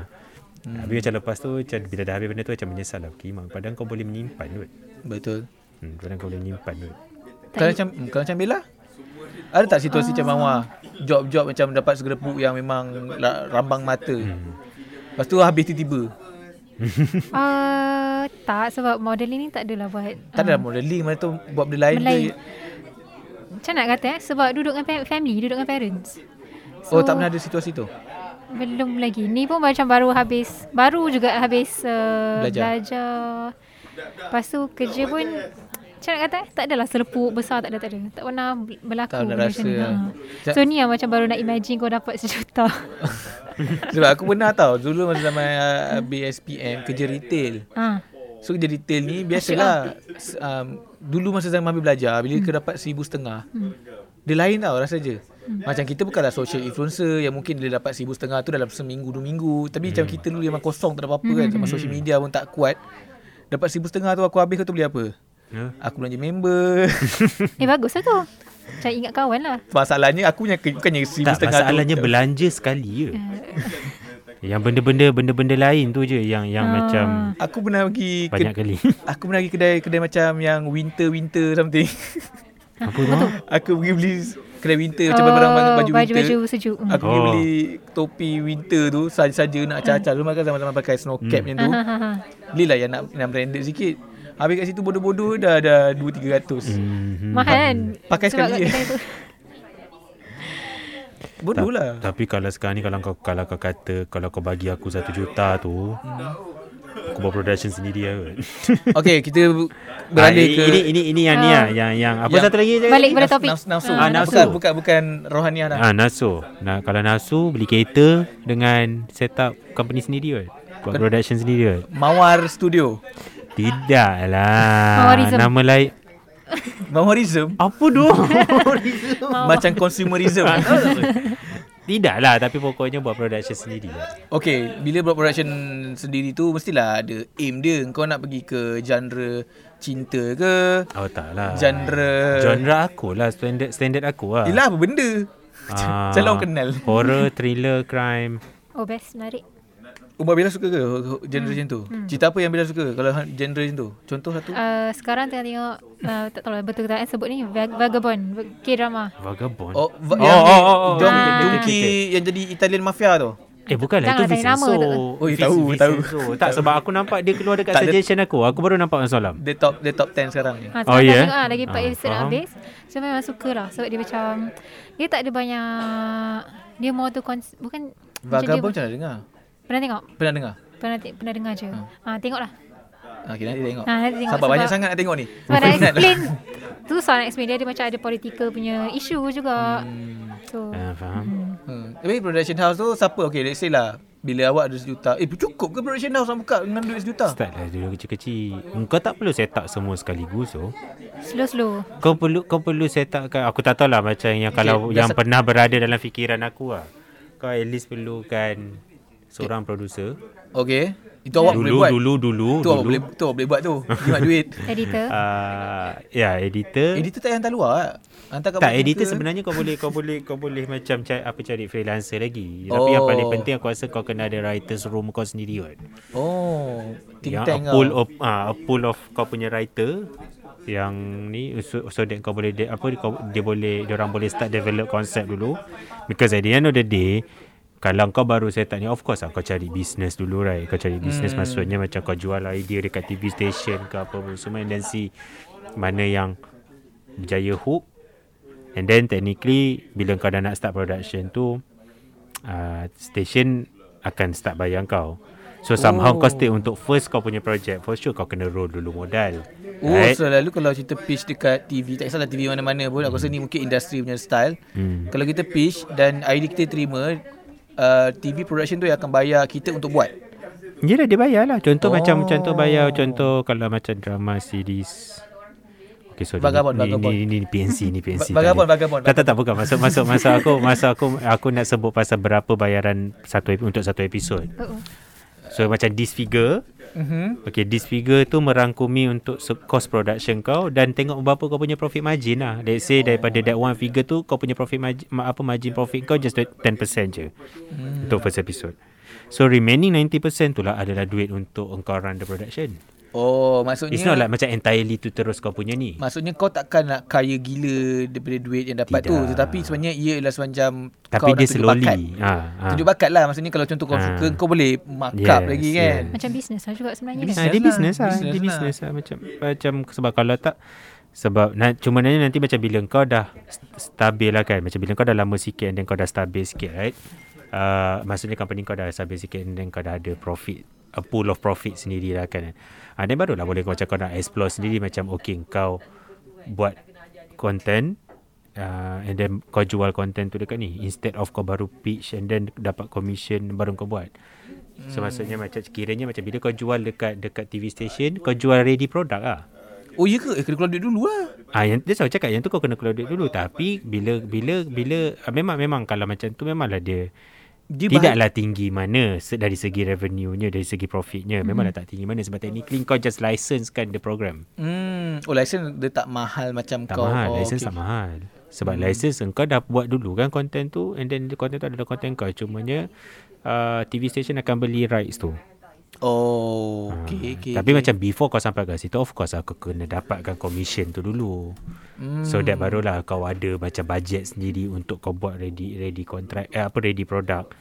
S3: Hmm. Habis macam lepas tu macam bila dah habis benda tu macam menyesal lah Kimak Padahal kau boleh menyimpan kot
S1: Betul.
S3: hmm, Padahal kau boleh menyimpan kot
S1: Kalau macam hmm, kalau macam Bella ada tak situasi macam Mama job-job macam dapat segerepuk yang memang la- rambang mata. Lepas tu habis tiba-tiba.
S2: Ah, tak sebab modeling ni tak adalah buat
S1: Tak
S2: ah,
S1: ada modeling mana tu buat Hmm. benda lain
S2: Melayu.
S1: ke.
S2: Macam nak kata eh sebab duduk dengan pa- family, duduk dengan parents.
S1: Oh tak pernah ada situasi tu.
S2: Belum lagi. Ni pun macam baru habis. Baru juga habis uh,
S1: Belajar.
S2: belajar. belajar. Lepas tu kerja pun macam nak kata eh, tak adalah selepuk besar tak ada tak ada. Tak pernah berlaku
S1: Tak pernah
S2: benda macam
S1: rasa. eh.
S2: ni. Ha.
S1: Macam-
S2: So ni yang macam baru nak imagine kau dapat
S1: [laughs]
S2: sejuta.
S1: Sebab aku pernah tahu dulu masa zaman uh, BSPM kerja retail.
S2: ha.
S1: So kerja retail ni biasalah s- um, dulu masa zaman Mami belajar bila kau dapat seribu setengah dia lain tau rasa je. Macam kita bukanlah social influencer yang mungkin dia dapat seribu setengah tu dalam seminggu dua minggu tapi macam
S3: Hmm.
S1: kita dulu memang kosong tak ada apa-apa kan sama social media pun tak kuat. Dapat seribu setengah tu aku habis kau tu beli apa?
S3: ya?
S1: Aku belanja member. [laughs]
S2: Eh bagus lah tu. Macam ingat kawan [laughs] lah.
S1: masalahnya aku punya ke- bukannya seribu
S3: Tak
S1: setengah
S3: masalahnya
S1: tu.
S3: belanja sekali je
S2: Hmm.
S3: Yang benda-benda benda-benda lain tu je Yang yang
S2: Ah.
S3: macam
S1: Aku pernah pergi ke,
S3: banyak kali
S1: aku pernah pergi kedai kedai macam yang winter winter something. [laughs]
S3: Apa tu?
S1: aku pergi beli kedai winter macam barang baju,
S2: Oh, baju,
S1: winter.
S2: baju sejuk. Hmm.
S1: Aku pergi
S3: Oh.
S1: beli topi winter tu saja-saja nak acah-acah. Dulu makan zaman-zaman pakai snow
S3: Hmm.
S1: cap macam tu.
S2: Ha, ha, ha.
S1: Belilah yang nak yang branded sikit. Habis kat situ bodoh-bodoh dah dah 2-300.
S3: [laughs] Mhm.
S2: Mahal kan?
S1: Pakai
S2: Sebab
S1: sekali je.
S2: kat
S1: [laughs]
S2: kedai tu.
S1: Bodoh lah.
S3: Tapi kalau sekarang ni kalau kau kalau kau kata kalau kau bagi aku satu juta tu aku buat production sendiri lah
S1: [laughs]
S3: kot.
S1: Okay, kita beralih
S3: Ah,
S1: ke
S3: ini ini ini yang ni
S2: Ah.
S3: lah yang yang apa
S1: Yang-
S3: satu lagi je?
S2: Balik pada
S1: nafs-
S2: topik.
S1: nafs- Nafsu.
S3: Ah, nafsu.
S1: Bukan, bukan, bukan rohaniah lah.
S3: Ah nasu. Nah kalau nasu beli kereta dengan set up company sendiri kot. Buat production sendiri kot.
S1: Mawar Studio.
S3: Tidak lah.
S2: Mawarism.
S3: Nama lain
S1: Mawarism.
S3: apa
S1: [laughs]
S3: doh?
S1: Macam consumerism.
S3: [laughs] Tidak lah tapi pokoknya buat production sendiri lah.
S1: Okay, bila buat production sendiri tu mestilah ada aim dia. Kau nak pergi ke genre cinta ke?
S3: Oh tak lah.
S1: Genre-
S3: genre aku lah standard standard aku lah.
S1: Yelah, apa benda?
S3: Ah,
S1: Macam orang kenal.
S3: Horror, thriller, crime.
S2: Oh best, menarik.
S1: Umar Bella suka ke
S2: Hmm.
S1: genre macam tu? Cerita apa yang Bella suka kalau han- genre macam tu? Contoh satu.
S2: Uh, sekarang tengah tengok uh, tak tahu lah betul ke tak eh, sebut ni Vag- Vagabond K-drama.
S3: Vagabond.
S1: Oh, va-
S3: Oh,
S1: yang
S3: oh, oh, oh,
S1: Dom,
S3: okey, okey,
S1: Jongki
S3: okey,
S1: yang jadi Italian Mafia tu.
S3: Eh bukanlah itu
S2: Janganlah tanya nama,
S3: Vincenzo.
S2: tak tahu.
S1: Oh, ya,
S3: Vin-
S1: tahu, tahu.
S3: Vincenzo. Tak sebab aku nampak dia keluar dekat
S1: Tak ada-
S3: suggestion aku. Aku baru nampak Abang Solam.
S1: Dia top dia top 10 sekarang ni.
S2: Ha, oh
S3: Oh, ya?
S2: yeah. Tengok, ah, lagi 4
S3: Ah,
S2: episode
S3: faham.
S2: nak habis. So memang suka lah sebab dia macam dia tak ada banyak dia more tu kons- bukan
S1: Vagabond
S2: dia,
S1: macam mana dengar?
S2: pernah tengok?
S1: Pernah dengar?
S2: Pernah te- pernah dengar je.
S1: Hmm.
S2: Ah tengoklah.
S1: Ha, okay, nanti tengok.
S2: Ha, nanti tengok
S1: Sabar
S2: sebab-
S1: banyak sangat nak tengok ni.
S2: Sebab
S1: [laughs]
S2: nak
S1: Penat lah.
S2: explain susah nak explain dia ada macam ada political punya isu juga. So
S3: Ah, faham.
S1: Hmm. Tapi production house tu siapa? Okay, let's say lah. Bila awak ada sejuta. Eh, cukup ke production house nak buka dengan duit sejuta?
S3: Start lah dulu kecil-kecil. Kau tak perlu set up semua sekaligus so.
S2: slow-slow.
S3: Kau perlu kau perlu set up kan. Aku tak tahu lah macam yang kalau
S1: Okay,
S3: yang
S1: biasa-
S3: pernah berada dalam fikiran aku lah. Kau at least perlukan seorang produser.
S1: Okay. Itu awak boleh
S3: Dulu
S1: buat.
S3: dulu dulu
S1: Tu awak
S3: dulu.
S1: boleh tu awak boleh buat tu. Jimat
S3: [laughs]
S1: duit.
S2: Editor.
S3: Ah, ya editor.
S1: Editor tak payah hantar luar. tak? Hantar kat
S3: Tak
S1: Bukit
S3: editor
S1: Muka.
S3: sebenarnya kau boleh kau boleh kau boleh macam cari apa cari freelancer lagi. Tapi yang paling
S1: Oh.
S3: penting aku rasa kau kena ada writers room kau sendiri kot.
S1: Oh, think
S3: yang
S1: tank
S3: a pool
S1: lah.
S3: of ah, a pool of kau punya writer yang ni so, so that kau boleh dia, apa kau, dia boleh dia orang boleh start develop konsep dulu because at the end of the day kalau kau baru set up ni of course lah, kau cari business dulu right kau cari business hmm. maksudnya macam kau jual idea dekat TV station ke apa pun semua and then see mana yang berjaya hook and then technically bila kau dah nak start production tu uh, station akan start bayar kau. So
S1: Oh.
S3: somehow kau stay untuk first kau punya project For sure kau kena roll dulu modal
S1: Oh, selalu kalau kita pitch dekat TV, tak kisahlah TV mana-mana pun, aku rasa ni mungkin industri punya style.
S3: Hmm.
S1: Kalau kita pitch dan idea kita terima, uh, TV production tu yang akan bayar kita untuk buat.
S3: Yelah dia bayar lah Contoh oh.
S1: Oh.
S3: macam Contoh bayar Contoh kalau macam drama series Okay, so
S1: Vagabond,
S3: ni,
S1: vagabond.
S3: Ni, ni, ni PNC, ni PNC.
S1: Ba- vagabond,
S3: tadi.
S1: vagabond,
S3: Tak, tak, tak, bukan. Masuk, masuk, masuk aku, [laughs] masuk aku, aku nak sebut pasal berapa bayaran satu epi- untuk satu episod.
S2: Oh, oh.
S3: So, macam this figure.
S1: Mhm.
S3: Okay, this figure tu merangkumi untuk se- cost production kau dan tengok berapa kau punya profit margin lah. Let's say daripada that one figure tu, kau punya profit margin, ma- apa margin profit kau just 10% je hmm. untuk first episode. So, remaining 90% tu lah adalah duit untuk engkau run the production.
S1: Oh, maksudnya
S3: It's not like macam entirely tu terus kau punya ni.
S1: Maksudnya kau takkan nak kaya gila daripada duit yang dapat Tidak. tu
S3: Tidak.
S1: Tetapi sebenarnya ia ialah semacam
S3: Tapi
S1: kau nak
S3: dia
S1: tunjuk
S3: slowly.
S1: bakat
S3: Ha, ha.
S1: Tunjuk bakat lah Maksudnya kalau contoh kau
S3: Ah.
S1: suka Kau boleh mark
S3: Yes,
S1: up lagi kan
S3: yes.
S2: Macam bisnes lah juga sebenarnya
S1: Business
S3: Ah,
S2: kan.
S3: dia
S1: lah.
S3: bisnes lah.
S1: Business
S3: Dia
S1: lah.
S3: bisnes lah. Macam, macam sebab kalau tak, sebab na, cuma nanya nanti macam bila kau dah st- stabil lah kan. Macam bila kau dah lama sikit and then kau dah stabil sikit right. Uh, maksudnya company kau dah stabil sikit and then kau dah ada profit. A pool of profit sendiri lah kan. Ah, then barulah boleh kau macam kau nak explore sendiri macam okay kau buat content uh, and then kau jual content tu dekat ni instead of kau baru pitch and then dapat commission baru kau buat so maksudnya macam kiranya macam bila kau jual dekat dekat TV station kau jual ready product lah
S1: Oh iya ke? Eh, kena keluar duit dulu lah
S3: Ah, yang dia selalu cakap yang tu kau kena keluar duit dulu tapi bila bila bila ah, memang memang kalau macam tu memanglah dia
S1: Dia
S3: dia tidaklah tinggi mana se- dari segi revenue-nya dari segi profit-nya memanglah tak tinggi mana sebab technically kau just license kan the program
S1: Hmm. Oh license dia tak mahal macam
S3: Tak
S1: kau oh,
S3: mahal, license tak mahal. Sebab hmm. license engkau dah buat dulu kan konten tu and then konten tu adalah konten kau. Cumanya uh, TV station akan beli rights tu. Ah,
S1: Oh okay, okay,
S3: Ha. Tapi macam before kau sampai kat situ of course aku kena dapatkan commission tu dulu. Hmm. So that barulah kau ada macam budget sendiri untuk kau buat ready ready contract eh, apa ready product.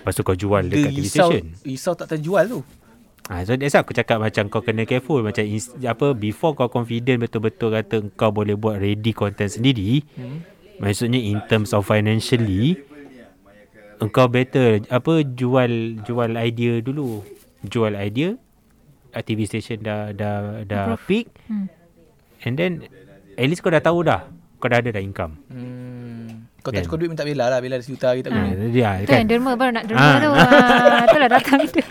S3: Lepas tu kau jual
S1: Dia
S3: dekat TV
S1: risau,
S3: station.
S1: risau tak terjual tu
S3: Ha, so that's why aku cakap macam kau kena careful macam ins- apa before kau confident betul-betul kata kau boleh buat ready content sendiri hmm. maksudnya in terms of financially engkau better apa jual jual idea dulu jual idea ah, TV station dah dah dah pick
S2: Hmm.
S3: and then at least kau dah tahu dah kau dah ada dah income
S1: Hmm. Kau tak
S3: Kan?
S1: cukup duit minta bela lah Bela sejuta kita tak
S3: ha,
S1: [laughs] guna
S3: dia
S2: Tu Ah.
S3: kan
S2: yang derma baru nak derma
S3: Ah.
S2: tu. Ah, itulah datang
S3: [laughs]
S2: dia.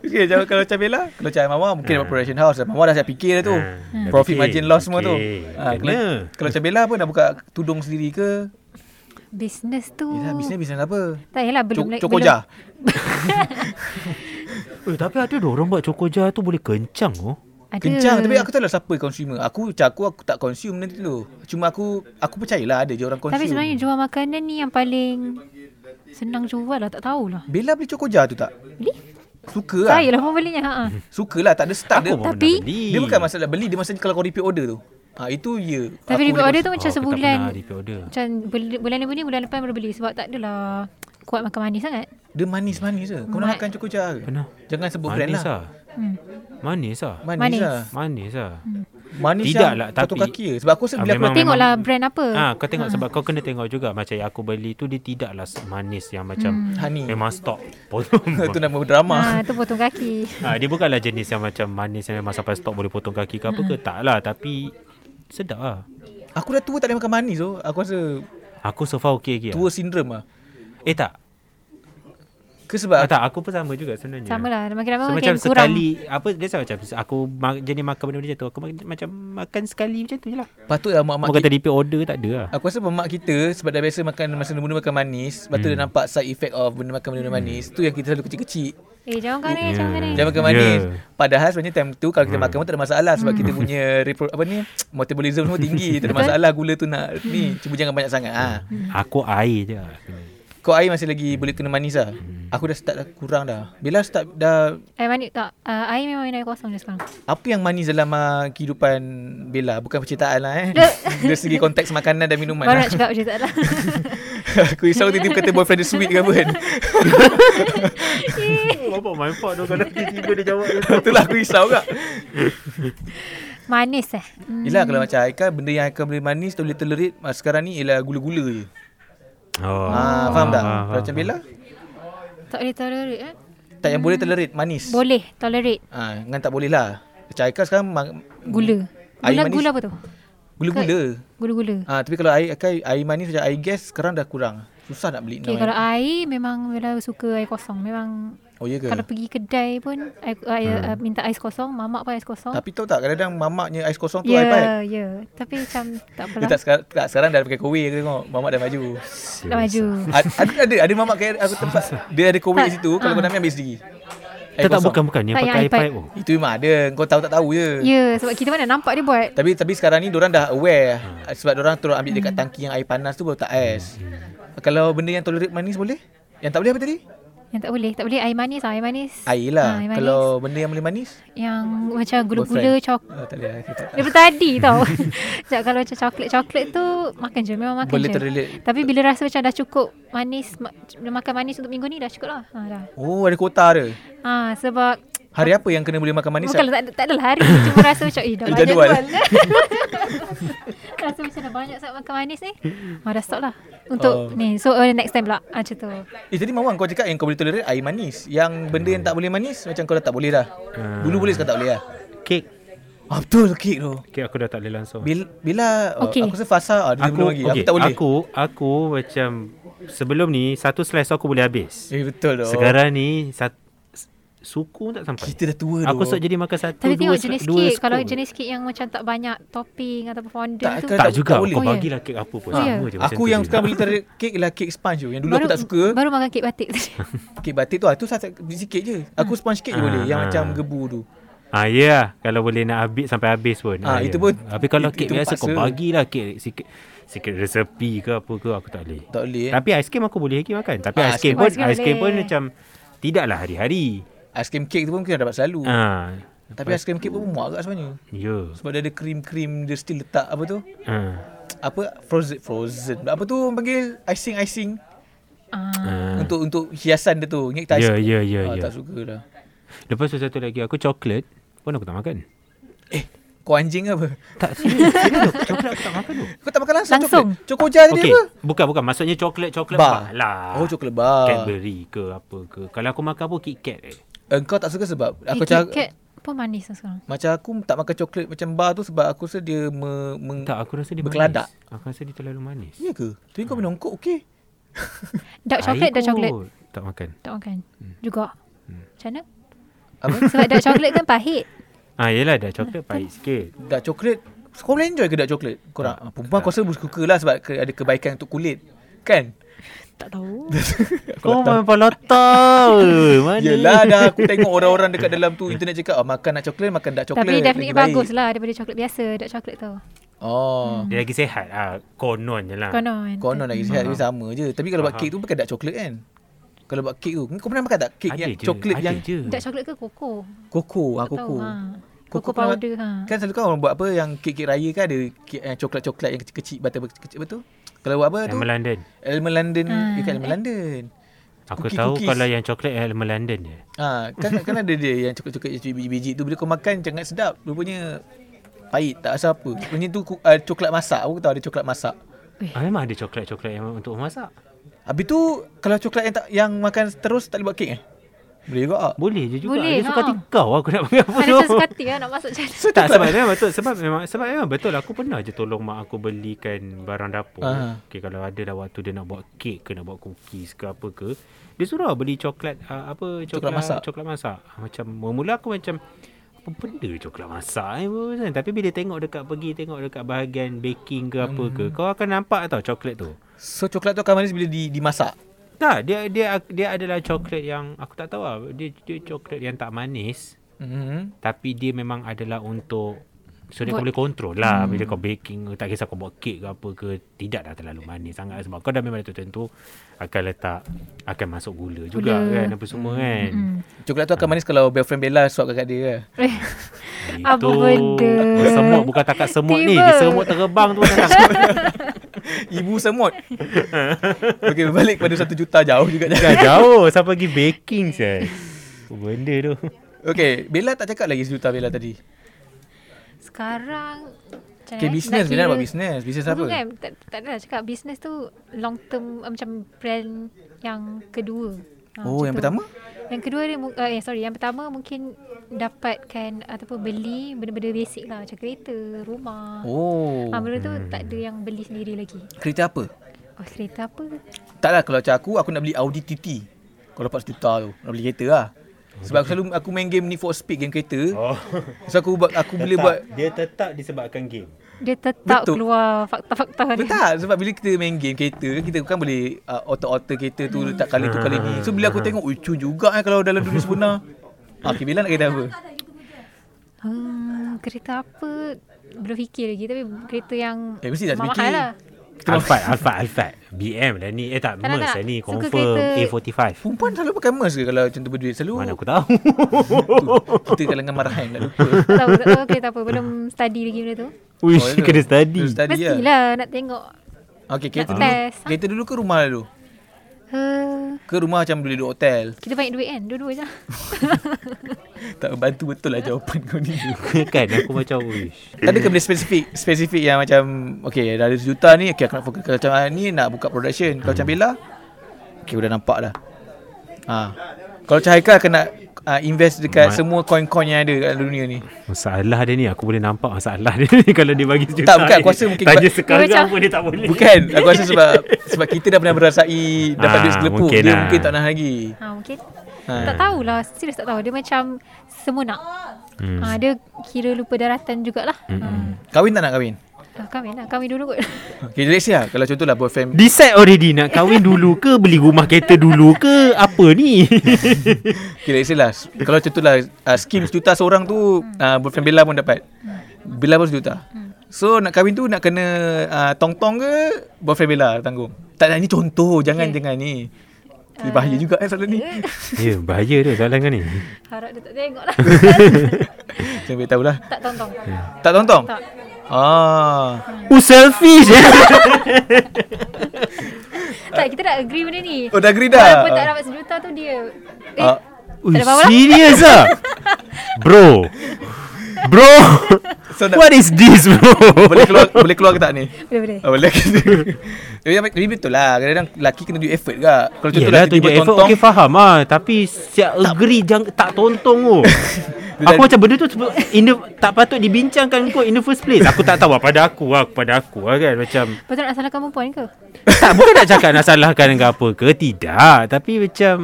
S1: Okay Ya, jangan kalau macam bela Kalau macam Mama Mungkin dapat production house Mama dah siap fikir dah tu
S3: Ah, Ha. dah
S1: Profit
S3: fikir.
S1: margin loss semua tu
S3: Fikir.
S1: Ah,
S3: Kena.
S1: Kalau kalau macam bela pun Nak buka tudung sendiri ke
S2: Bisnes tu.
S1: Yelah bisnes bisnes apa
S2: Tak yalah belum
S1: Cok-
S2: lagi-
S1: Cokoja
S3: eh, tapi ada dah orang buat cokoja tu boleh kencang oh
S2: belum- [laughs] Ada.
S1: Kencang Tapi aku tak tahu lah siapa consumer Aku macam aku Aku tak consume nanti tu Cuma aku Aku percayalah Ada je orang consume
S2: Tapi sebenarnya jual makanan ni yang paling senang jual lah. Tak tahulah.
S1: Bella beli cokoja tu tak?
S2: Beli.
S1: Suka lah
S2: Saya lah pun belinya. Ha, ha.
S1: Suka lah Tak ada start dia,
S3: aku pun
S2: tapi-
S3: pernah beli
S1: dia bukan masalah beli Dia masalah kalau kau repeat order tu ha, Itu ya
S2: Tapi
S1: Aku
S2: repeat
S1: boleh
S2: order tu macam
S3: Oh, aku tak
S2: sebulan.
S3: pernah repeat order.
S2: Macam bel- bulan ni beli, bulan depan baru beli. Sebab tak adalah kuat makan manis sangat.
S1: masuk. Dia manis-manis je Kau nak
S2: Ma-
S1: makan cokoja ke?
S3: Pernah.
S1: Jangan sebut brand
S3: manis
S1: lah
S3: lah
S2: Hmm.
S3: manis lah
S1: Manis,
S2: Manis.
S1: lah
S3: manis lah
S1: Hmm. Manis
S3: Tidak
S1: yang
S3: lah,
S1: satu
S3: tapi-
S1: kaki je Sebab aku rasa
S3: Ah,
S1: bila aku
S3: memang-
S1: tengok
S2: Tengoklah brand apa.
S3: Ah, kau
S1: Hmm.
S3: tengok sebab kau kena tengok juga macam yang aku beli tu dia tidaklah manis yang macam
S1: Hmm. Honey
S3: memang stok potong.
S1: [laughs] Itu nama drama
S2: Ha, tu potong kaki.
S3: ah, dia bukanlah jenis yang macam manis yang memang sampai stok boleh potong kaki ke apa ke
S1: Hmm.
S3: tak lah tapi sedap lah.
S1: Aku dah tua tak boleh makan manis tu Aku rasa
S3: Aku so far okey lagi lah.
S1: Tua sindrom lah
S3: Eh tak.
S1: Ke sebab
S3: Ah, tak aku pun sama juga sebenarnya.
S2: Sama lah. Makin lama
S3: So, macam
S2: makin kurang.
S3: sekali apa biasa macam aku ma- jenis makan benda macam tu aku ma- macam makan sekali macam tu je lah.
S1: Patutlah mak-mak
S3: Mau
S1: kita
S3: kata repeat order tak ada lah.
S1: Aku rasa mak kita sebab dah biasa makan masa mula-mula makan manis, lepas tu dia nampak side effect of benda makan benda manis, tu yang kita selalu kecil-kecil.
S2: Eh, jangan kau ni,
S3: Ya.
S2: jangan kau ni.
S1: Jangan makan
S3: Yeah.
S1: manis. Padahal sebenarnya time tu kalau kita makan pun tak ada masalah sebab kita punya repro, apa ni metabolism semua tinggi, tak ada masalah gula tu nak ni, cuma jangan banyak sangat ah.
S3: Aku air je. lah.
S1: Kau air masih lagi boleh kena manis lah. Aku dah start dah kurang dah. Bila start dah
S2: Air manis tak? Uh, air memang air kosong je sekarang.
S1: apa yang manis dalam uh, kehidupan Bella bukan percintaan lah eh. [laughs] Dari segi konteks makanan dan minuman.
S2: Baru
S1: Lah.
S2: nak cakap macam tak
S3: [laughs]
S2: lah.
S1: [laughs] Aku risau tiba-tiba kata boyfriend dia sweet ke apa kan.
S2: Eh,
S3: Oh, Apa my fault tu kalau tiba-tiba dia jawab
S1: [laughs] Itulah aku risau juga.
S2: Manis eh. Hmm.
S1: Yelah kalau macam Haikal Benda yang Haikal boleh manis Tu boleh tolerate ah, Sekarang ni ialah gula-gula je
S3: Oh.
S1: ah, Faham tak?
S3: ah,
S1: Kalau macam Bella
S2: Tak boleh tolerate eh?
S1: Tak yang boleh tolerate Manis
S2: Boleh tolerate.
S1: ah, Dengan tak boleh lah Macam Haikal sekarang mang-
S2: Gula.
S1: Air
S2: Gula,
S1: manis.
S2: gula apa tu?
S1: Gula-gula
S2: Gula-gula.
S1: ah, Tapi kalau air, Haikal air manis Macam air gas Sekarang dah kurang Susah nak beli
S2: Okay,
S1: now.
S2: kalau air memang Bella suka air kosong. Memang
S1: oh ya ke?
S2: kalau pergi kedai pun air, air, hmm. minta ais kosong, mamak pun ais kosong.
S1: Tapi tahu tak kadang-kadang mamaknya ais kosong tu
S2: Ya,
S1: iPad.
S2: ya. Tapi macam tak
S1: Dia
S2: apalah.
S1: tak sekarang, tak sekarang dah pakai kowe aku tengok. Mamak dah maju.
S2: Nak maju.
S1: A- ada ada ada mamak kat aku tempat dia ada kowe kat
S2: Tak,
S1: situ kalau
S2: ah.
S1: kau nak ambil ambil sendiri. Air
S3: Tak, tak
S1: kosong.
S3: bukan bukan yang
S2: Tak, yang
S3: pakai
S2: iPad.
S3: iPad. Oh.
S1: Itu memang ada. Kau tahu tak tahu je.
S2: Ya, sebab kita mana nampak dia buat.
S1: Tapi tapi sekarang ni orang dah aware hmm. sebab orang terus ambil dekat tangki yang air panas tu baru tak
S3: Hmm.
S1: ais. Kalau benda yang tolerate manis boleh? Yang tak boleh apa tadi?
S2: Yang tak boleh. Tak boleh air manis lah. Air manis.
S1: Air lah.
S2: Ah, air manis.
S1: Kalau benda yang boleh manis?
S2: Yang macam gula-gula,
S1: boyfriend.
S2: cok.
S1: Oh, tak boleh. Aku tak-
S2: Daripada tadi tau. [laughs] Sekejap kalau macam coklat-coklat tu makan je. Memang makan
S1: Boleh
S2: je.
S1: terrelate.
S2: Tapi bila rasa macam dah cukup manis, ma- makan manis untuk minggu ni dah cukup lah. Ha, dah.
S1: Oh, ada kuota dia.
S2: Ha, sebab
S1: Hari apa yang kena boleh makan manis?
S2: Bukan lah, tak, tak adalah hari ni Cuma rasa macam Eh dah
S1: Ada
S2: banyak
S1: jadual.
S2: jual Rasa macam dah banyak sangat makan manis ni ah, Dah stop lah Untuk
S1: Oh.
S2: oh. ni So uh, next time pula ah, Macam tu
S1: Eh tadi Mawang kau cakap yang kau boleh tolerate air manis. Yang benda
S3: Hmm.
S1: yang tak boleh manis macam kau dah tak boleh dah.
S3: Ah.
S1: Dulu boleh sekarang tak boleh dah.
S3: Kek.
S1: Ah betul kek tu.
S3: Kek aku dah tak boleh langsung.
S1: Bila, bila okay.
S2: Okey.
S1: aku rasa fasa ah, dia belum lagi.
S3: okey,
S1: aku tak boleh.
S3: Aku aku macam sebelum ni satu slice aku boleh habis.
S1: Eh betul tu.
S3: Sekarang ni sat, suku tak sampai.
S1: kita dah tua tu.
S3: Aku sok jadi makan satu
S2: Tapi
S3: Oh, dua,
S2: tengok
S3: sli-
S2: jenis
S3: dua
S2: kek Kalau
S3: scoop.
S2: jenis kek yang macam tak banyak Topping ataupun fondant
S1: Tak,
S2: tu
S1: kan
S3: tak,
S1: tak-
S3: juga
S1: tak boleh.
S3: boleh. kau
S2: Oh, ya.
S3: bagilah kek apa
S2: Oh,
S3: pun
S2: ya.
S3: sama je macam
S1: Aku
S3: tu
S1: yang
S3: je.
S1: sekarang boleh tolerate kek ialah kek sponge tu. Yang dulu aku tak suka.
S2: Baru makan kek batik tadi
S1: Kek batik tu ah, tu satu sikit je.
S2: Hmm.
S1: Aku sponge kek je
S3: Ah,
S1: boleh yang
S3: ah.
S1: macam gebu tu.
S3: Ah ya, yeah. kalau boleh nak habis sampai habis pun.
S1: Ah,
S3: ya.
S1: itu pun-
S3: Tapi kalau
S1: itu-
S3: kek
S1: itu
S3: biasa
S1: paksa.
S3: kau bagilah kek sikit sikit resepi ke apa ke aku tak boleh.
S1: Tak boleh. Eh.
S3: Tapi aiskrim aku boleh lagi makan. Tapi
S1: Ah, aiskrim-
S3: aiskrim pun
S2: aiskrim
S3: aiskrim pun
S2: boleh.
S3: macam tidaklah hari-hari.
S1: Aiskrim kek tu pun kita dapat selalu.
S3: Ah.
S1: Tapi aiskrim kek pun muak agak sebenarnya.
S3: Ya.
S1: Sebab dia ada krim-krim dia still letak apa tu?
S3: Ah.
S1: Apa frozen frozen. Apa tu orang panggil icing-icing
S2: ah,
S3: Ah.
S1: untuk untuk hiasan dia tu. Ingat tak
S3: Ya,
S1: aiskrim?
S3: ya, ya,
S1: Ah,
S3: ya.
S1: Tak suka lah.
S3: Lepas tu satu lagi aku coklat pun aku tak makan.
S1: Eh, kau anjing ke apa?
S3: Tak serius. serius. Coklat aku tak makan tu.
S1: Kau tak makan langsung,
S2: Langsung.
S1: coklat? Cokoja tadi
S3: Okey,
S1: apa?
S3: bukan bukan maksudnya coklat coklat
S1: Bar.
S3: bar. lah.
S1: Oh, coklat bar.
S3: Cadbury ke apa ke. Kalau aku makan apa Kit Kat. Eh.
S1: Engkau tak suka sebab aku
S2: Aku
S1: cakap
S2: eh, Kek pun manis lah sekarang
S1: macam aku tak makan coklat macam bar tu sebab aku rasa dia me, meng,
S3: Tak, aku rasa dia
S1: Berkeladak.
S3: manis. Aku rasa dia terlalu manis.
S1: Ya ke? Tapi kau minum kok okey.
S2: Dark chocolate
S3: Air
S2: Dark chocolate
S3: kot. Tak makan.
S2: Tak makan Juga Macam mana?
S1: Apa?
S2: [laughs] Sebab dark chocolate kan pahit
S3: Ah, yelah dah coklat pahit sikit.
S1: Dark coklat Kau boleh enjoy ke dark coklat? Korang ah, Perempuan kau rasa suka lah Sebab ke, ada kebaikan untuk kulit Kan?
S2: Tak tahu
S3: Kau memang palata.
S1: [laughs]
S3: Mana?
S1: Yelah dah aku tengok orang-orang dekat dalam tu Internet cakap oh, Makan dark coklat Makan dark coklat
S2: Tapi definitely
S1: lagi baik."
S2: bagus lah Hmm. Daripada coklat biasa Dark chocolate tu
S1: Oh
S3: Dia lagi sehat. Ah, konon je lah.
S2: Konon
S1: Konon lagi sihat Tapi sama je Tapi kalau buat
S3: Faham.
S1: kek tu Pakai dark coklat kan? Kalau buat kek tu Kau pernah makan tak? Kek
S3: Ada
S1: yang
S3: je,
S1: coklat
S3: ada
S1: yang
S3: je.
S2: Dark chocolate ke koko?
S1: Koko ah,
S2: Tak tahu,
S1: Koko
S2: ha.
S1: Koko
S2: Koko
S1: pernah-
S2: powder ha.
S1: Kan selalu kan orang buat apa Yang kek-kek raya kan ada kek, eh, Coklat-coklat yang kecil-kecil Butter kecil betul? Kalau buat apa tu?
S3: Elmer London.
S1: Elmer London
S2: Ah,
S1: Dekat Elmer
S2: eh.
S1: London
S3: Aku
S1: Cookie-
S3: tahu
S1: cookies.
S3: kalau yang coklat Elmer London je.
S1: Ha, kan, kan ada dia yang coklat-coklat yang biji-biji tu bila kau makan sangat sedap. Rupanya pahit tak rasa apa. Rupanya tu ku- uh, coklat masak. Aku tahu ada coklat masak.
S3: Ah, memang ada coklat-coklat yang untuk masak.
S1: Habis tu kalau coklat yang tak, yang makan terus tak boleh buat kek eh? Boleh juga ah. tak?
S3: Boleh je juga.
S2: Boleh,
S3: dia suka
S2: ha.
S3: tikau aku nak makan apa
S2: Ada
S3: tu.
S2: macam sekati lah nak masuk macam
S1: [laughs]
S2: mana.
S1: So,
S3: Tak
S1: coklat-
S3: sebab memang betul sebab memang sebab memang betul aku pernah je tolong mak aku belikan barang dapur.
S1: Aha.
S3: Okey kalau ada lah waktu dia nak buat kek ke nak buat cookies ke apa ke, dia suruh beli coklat uh, apa coklat,
S1: Coklat masak.
S3: Coklat masak. Macam mula aku macam apa benda coklat masak eh apa kan? Tapi bila tengok dekat pergi tengok dekat bahagian baking ke apa ke, kau akan nampak tau coklat tu.
S1: So coklat tu akan manis bila di, dimasak.
S3: Tak, dia dia dia adalah coklat yang aku tak tahu lah. Dia dia coklat yang tak manis.
S1: Mhm.
S3: Tapi dia memang adalah untuk So dia
S2: Buat- Hmm.
S3: kau boleh kontrol lah Bila kau baking ke, Tak kisah kau buat kek ke apa ke Tidak dah terlalu manis sangat Sebab kau dah memang dah tentu Akan letak Akan masuk gula juga
S2: Gula.
S3: kan Apa semua kan
S2: Hmm.
S1: Coklat tu akan manis kalau girlfriend Bella suap kat dia ke.
S2: Eh,
S3: Itu
S2: Apa benda?
S3: Semut bukan takat semut ni
S2: Tiba.
S3: Semut terbang tu
S2: [laughs]
S3: datang.
S1: Ibu semut. Okey balik pada satu juta jauh juga
S3: Dah
S1: jangan.
S3: jauh Siapa pergi baking saya Benda tu
S1: Okey, Bella tak cakap lagi sejuta Bella tadi.
S2: Sekarang macam
S1: Okey,
S2: mana, eh?
S1: business
S2: Nak
S1: Bella
S2: kira-
S1: buat business. Business
S2: Dulu
S1: apa?
S2: Kan, tak, tak adalah cakap business tu long term uh, macam brand yang kedua. Ha,
S1: Oh,
S2: macam
S1: yang
S2: tu.
S1: pertama?
S2: Yang kedua dia mu- uh, eh, sorry, yang pertama mungkin dapatkan ataupun beli benda-benda basic lah macam kereta, rumah.
S1: Oh.
S2: Ha, benda tu tak ada yang beli sendiri lagi.
S1: Kereta apa?
S2: Oh, kereta apa?
S1: Taklah kalau macam aku aku nak beli Audi TT. Kalau dapat sejuta tu, nak beli kereta lah. Sebab aku selalu aku main game Need for Speed game kereta.
S3: Oh.
S1: So aku buat aku boleh buat
S3: dia tetap disebabkan game.
S2: Dia tetap
S1: Betul.
S2: Betul. keluar fakta-fakta
S1: Betul
S2: ni.
S1: tak? Sebab bila kita main game kereta, kita kan boleh uh, auto-auto kereta tu letak kali tu kali ni. So bila aku tengok, ui cun juga eh kalau dalam dunia sebenar. Okey, bila nak kereta apa?
S2: Hmm, kereta apa? Belum fikir lagi tapi kereta yang
S1: Eh, mesti dah
S2: mahal
S1: fikir.
S2: lah.
S3: Alphard, Alphard, Alphard. BM dah ni. Eh
S2: Tak,
S3: tak,
S2: tak,
S3: Merc
S2: tak.
S3: dah ni.
S2: Suka
S3: Confirm
S2: kereta-
S3: A45.
S1: Perempuan selalu pakai mas ke kalau macam tu berduit? Selalu
S3: Mana aku
S2: [laughs]
S3: tahu.
S1: tu, kita kalangan marahan lah
S3: [laughs]
S1: lupa.
S2: tahu tak tahu kereta apa.
S1: [laughs]
S2: Belum study lagi benda tu.
S1: ya
S3: Wish,
S1: ke?
S3: kena study.
S1: Kena study lah.
S2: Mestilah nak tengok.
S1: Okey, kereta
S2: Nak
S1: dulu.
S2: test. ah.
S1: Kereta dulu ke rumah dulu?
S2: Uh,
S1: Ke rumah macam boleh duduk hotel.
S2: kita banyak duit kan? Dua-dua
S1: [laughs]
S2: je. lah.
S1: Tak bantu betul lah jawapan kau ni.
S3: [laughs] kan aku macam wish.
S1: Ada ke benda spesifik? Spesifik yang macam okay, dah ada sejuta ni, okay, aku nak fokus macam ah, ni nak buka production. Kalau macam Bella, okay, udah nampak dah. Ha. Kalau macam Haikal kena uh, invest dekat
S3: Ma-
S1: semua coin-coin yang ada kat dunia ni.
S3: Masalah dia ni aku boleh nampak masalah dia ni [laughs] kalau dia bagi sejuta.
S1: Tak, bukan.
S3: ni.
S1: Aku rasa mungkin
S3: tanya
S1: sebab-
S3: sekarang
S2: Macam-
S3: pun dia tak boleh.
S1: Bukan, aku rasa sebab sebab kita dah pernah merasai dapat
S3: Ah,
S1: duit segelepuk,
S3: mungkin
S1: dia
S3: lah.
S1: mungkin tak nak lagi.
S2: Ha, mungkin.
S1: Ha.
S2: Tak tahulah. Serius tak tahu. Dia macam semua nak.
S3: Hmm.
S2: Ha, dia kira lupa daratan jugalah. Hmm.
S1: Kahwin tak nak kahwin?
S2: Ha, kahwin lah. Kahwin dulu kot. [laughs]
S1: Okay, let's say lah. Kalau contohlah boyfriend
S3: [laughs] Decide already nak kahwin dulu ke beli rumah kereta dulu ke apa [laughs] ni?
S1: Okay, let's say lah. s- Kalau contohlah uh, skim sejuta seorang tu, uh, boyfriend Bella pun dapat. Bella pun sejuta. So, nak kahwin tu nak kena uh, tong-tong ke boyfriend Bella tanggung? Tak nak, ni contoh. Jangan, jangan ni. Ni bahaya juga kan soalan ni.
S3: ya, bahaya dia soalan kan ni.
S2: Harap dia tak tengok
S3: [laughs]
S2: lah.
S1: Jangan beritahu lah.
S2: tak tonton.
S3: Ya.
S1: Tak tong-tong?
S2: Tak.
S1: Ah.
S3: Oh selfish eh?
S2: Tak, kita dah agree benda ni.
S1: Oh, dah agree
S2: Walaupun tak
S1: dah?
S2: dapat sejuta tu dia. Eh,
S1: Ah.
S3: Ui,
S2: ada bawah lah.
S3: serious
S2: [laughs]
S3: ah. Bro. Bro.
S1: So, nak-
S3: What is this bro?
S1: Oh, Boleh keluar [laughs] boleh keluar ke tak ni?
S2: Boleh-boleh.
S1: Ah, boleh [laughs] ke? Tapi macam- tapi betul lah. Kadang-kadang lelaki kena tunjuk effort ke. Kalau contohlah
S3: Yelah
S1: tiba-tiba
S3: tunjuk effort
S1: tong-tong,
S3: Okay faham ah Tapi siap agree jang, Tak [laughs] tontong oh.
S1: Dia
S3: Aku macam benda tu sebe- in the, Tak patut dibincangkan kot In the first place Aku tak tahu lah Pada aku lah Pada aku lah kan Macam
S2: Lepas tu nak salahkan perempuan ke?
S3: [laughs] Tak bukan nak cakap Nak salahkan ke apa ke Tidak Tapi macam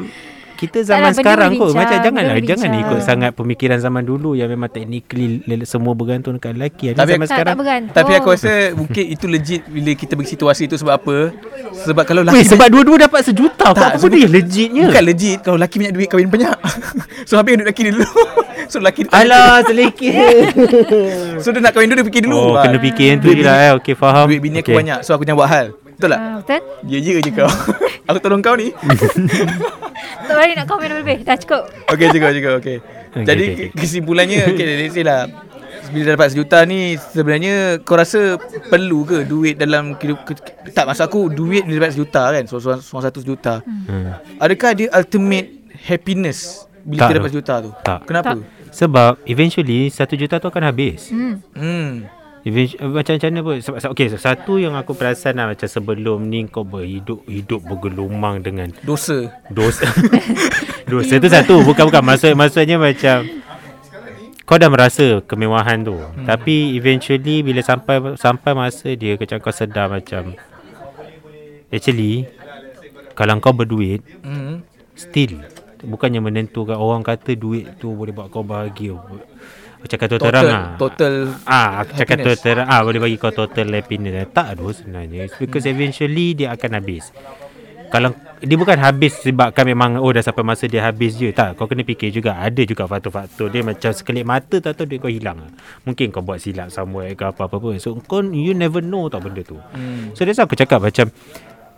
S2: Tak
S3: kita
S2: lah,
S3: zaman
S2: benda
S3: sekarang kot
S2: berbincang,
S3: Macam janganlah
S2: benda
S3: Jangan
S2: berbincang.
S3: ikut sangat Pemikiran zaman dulu Yang memang technically lel- Semua bergantung dekat lelaki Tapi
S1: Tapi
S3: zaman
S1: aku-
S2: Tak,
S3: sekarang
S2: tak Oh. bergantung.
S1: Tapi
S3: Oh.
S1: aku rasa mungkin itu legit bila kita bagi situasi itu sebab apa? Sebab kalau
S3: Weh
S1: lelaki
S3: sebab dua-dua dapat
S1: Tak,
S3: sejuta Kau apa benda
S1: sebab-
S3: yang legitnya
S1: Bukan legit Kalau lelaki banyak duit Kahwin banyak [laughs] So habis duit lelaki dulu [laughs] So lelaki
S3: Alah selekeh [laughs]
S1: So dia nak kahwin dulu Dia fikir dulu
S3: Oh
S1: Ah,
S3: kena fikir yang tu
S1: Duit
S3: je lah eh Okay faham
S1: Duit bini aku
S3: okay. Ah.
S1: banyak So aku jangan buat hal Betul tak?
S2: Ha, betul?
S1: Ya ya je kau [laughs] Aku tolong kau
S3: [laughs]
S1: ni
S2: Tak boleh nak komen lebih. Dah cukup.
S1: Okay juga juga okay.
S3: Okay,
S1: Jadi
S3: okay,
S1: ke- kesimpulannya Okay let's say lah Bila dapat sejuta ni Sebenarnya Kau rasa Perlu ke duit dalam hidup- ke- Tak maksud aku Duit bila dapat sejuta kan so, so, so, satu sejuta
S3: Hmm.
S1: Adakah dia ultimate Happiness Bila
S3: Tak
S1: kita
S3: tu.
S1: dapat sejuta tu
S3: Tak.
S1: Kenapa?
S2: Tak.
S3: Sebab eventually satu juta tu akan habis.
S2: Hmm.
S1: Hmm
S3: Eventu- eh, macam macam mana pun sebab sebab- okey so, satu yang aku perasan lah macam sebelum ni kau berhidup hidup bergelumang dengan
S1: Dosa [laughs]
S3: dosa. dosa tu satu bukan bukan maksud maksudnya macam kau dah merasa kemewahan tu hmm. tapi eventually bila sampai sampai masa dia macam kau sedar macam actually kalau kau berduit
S1: Hmm.
S3: Still Bukannya menentukan Orang kata duit tu Boleh buat kau bahagia Macam kata
S1: Total-
S3: terang lah
S1: total
S3: Ah, aku cakap
S1: happiness.
S3: total ah boleh bagi kau total happiness Eh, tak tu sebenarnya It's because eventually dia akan habis. Kalau dia bukan habis sebabkan memang oh dah sampai masa dia habis je tak kau kena fikir juga ada juga faktor-faktor dia macam sekelip mata tak tahu duit kau hilang mungkin kau buat silap somewhere ke apa-apa pun so kau you never know tau benda tu hmm. so that's why aku cakap macam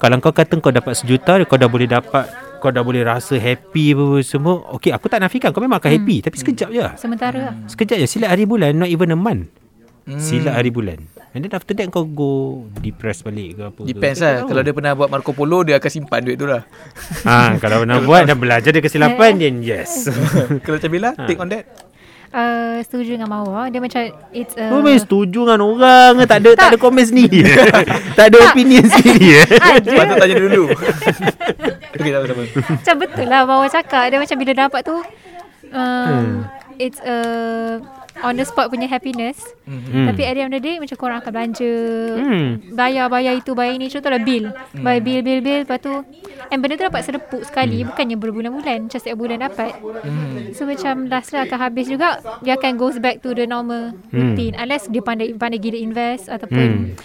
S3: kalau kau kata kau dapat sejuta kau dah boleh dapat kau dah boleh rasa happy apa semua okey aku tak nafikan kau memang akan happy tapi sekejap je lah.
S2: Sementara
S1: Hmm.
S2: lah.
S3: Sekejap je Silap hari bulan Not even a month Silap hari bulan And then after that Kau go Depress balik ke apa
S1: Depends
S3: ke.
S1: lah Kalau dia pernah buat Marco Polo Dia akan simpan duit tu lah [laughs]
S3: ha, Kalau nak buat Dah belajar dari kesilapan Then [laughs] yes
S1: Kalau macam Bella
S3: Ha.
S1: Take on that
S2: Uh, setuju dengan Mawar. Dia macam it's a...
S1: Oh,
S3: Kau main setuju dengan orang ke? Tak ada tak ada komen sendiri Tak ada opinion sendiri eh? [laughs]
S1: Patut tanya dia dulu Okay tak apa-apa
S2: macam betul lah Mawar cakap. Dia macam bila dapat tu... Um, It's a... on the spot punya happiness.
S3: Hmm.
S2: Tapi at the end of the day macam korang akan belanja.
S3: Hmm.
S2: Bayar-bayar itu, bayar ini. Contohlah bil. Bayar bil, bil, bil. Lepas tu. And benda tu dapat serepuk sekali.
S3: Hmm.
S2: Bukannya berbulan-bulan. Macam setiap bulan dapat. So macam last lah akan habis juga. Dia akan goes back to the normal
S3: Hmm.
S2: routine. Unless dia pandai pandai gila invest. Ataupun.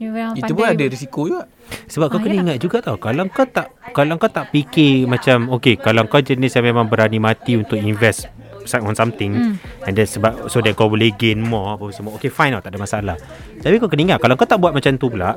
S2: Dia orang
S1: Itu pun ada risiko juga.
S3: Sebab kau kena ingat juga tau Kalau kau tak Kalau kau tak fikir Macam Okay Kalau kau jenis yang memang berani mati Untuk invest some- on something And then sebab So that kau boleh gain more Apa semua Okay fine tau Tak ada masalah Tapi kau kena ingat Kalau kau tak buat macam tu pula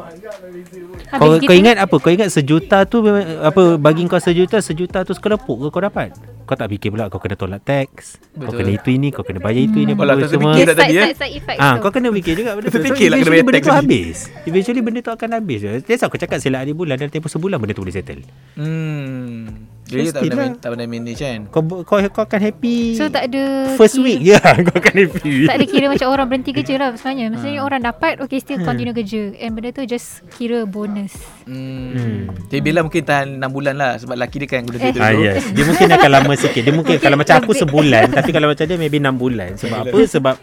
S2: Habis
S3: Kau,
S2: gitu-
S3: kau ingat apa Kau ingat sejuta tu memang- Apa Bagi kau sejuta Sejuta tu sekelepuk ke kau dapat Kau tak fikir pula Kau kena tolak tax Kau
S1: Betul.
S3: kena itu ini Kau kena bayar itu ini
S1: Alah,
S3: Apa
S1: tak
S3: semua
S1: terfikir
S2: Dia
S1: Dia tak
S2: side,
S1: tadi, eh?
S2: side, Hmm. side effect
S3: Ah,
S2: tu.
S3: kau kena fikir juga benda tu.
S1: Terfikir lah kena
S3: eventually
S1: bayar
S3: benda
S1: tax
S3: tu
S1: lagi.
S3: habis. Eventually benda tu akan habis. That's aku cakap silap hari bulan dalam tempoh sebulan benda tu boleh settle.
S1: Hmm. Jadi tak
S3: Mestilah.
S1: pandai, man- tak pandai manage kan.
S3: Kau kau kau akan happy.
S2: So tak ada
S3: first
S2: kira-
S3: week je [laughs] yeah, kau akan happy.
S2: tak ada kira macam orang berhenti kerja lah sebenarnya. Maksudnya
S3: Ah.
S2: orang dapat okay
S3: Hmm.
S2: still continue kerja and benda tu just kira bonus.
S1: Hmm. Jadi Bella mungkin tahan 6 bulan lah sebab laki dia kan guna duit dulu.
S3: Ah yes. Dia mungkin akan lama sikit. Dia mungkin kalau macam aku sebulan tapi kalau macam dia maybe 6 bulan. Sebab apa? Sebab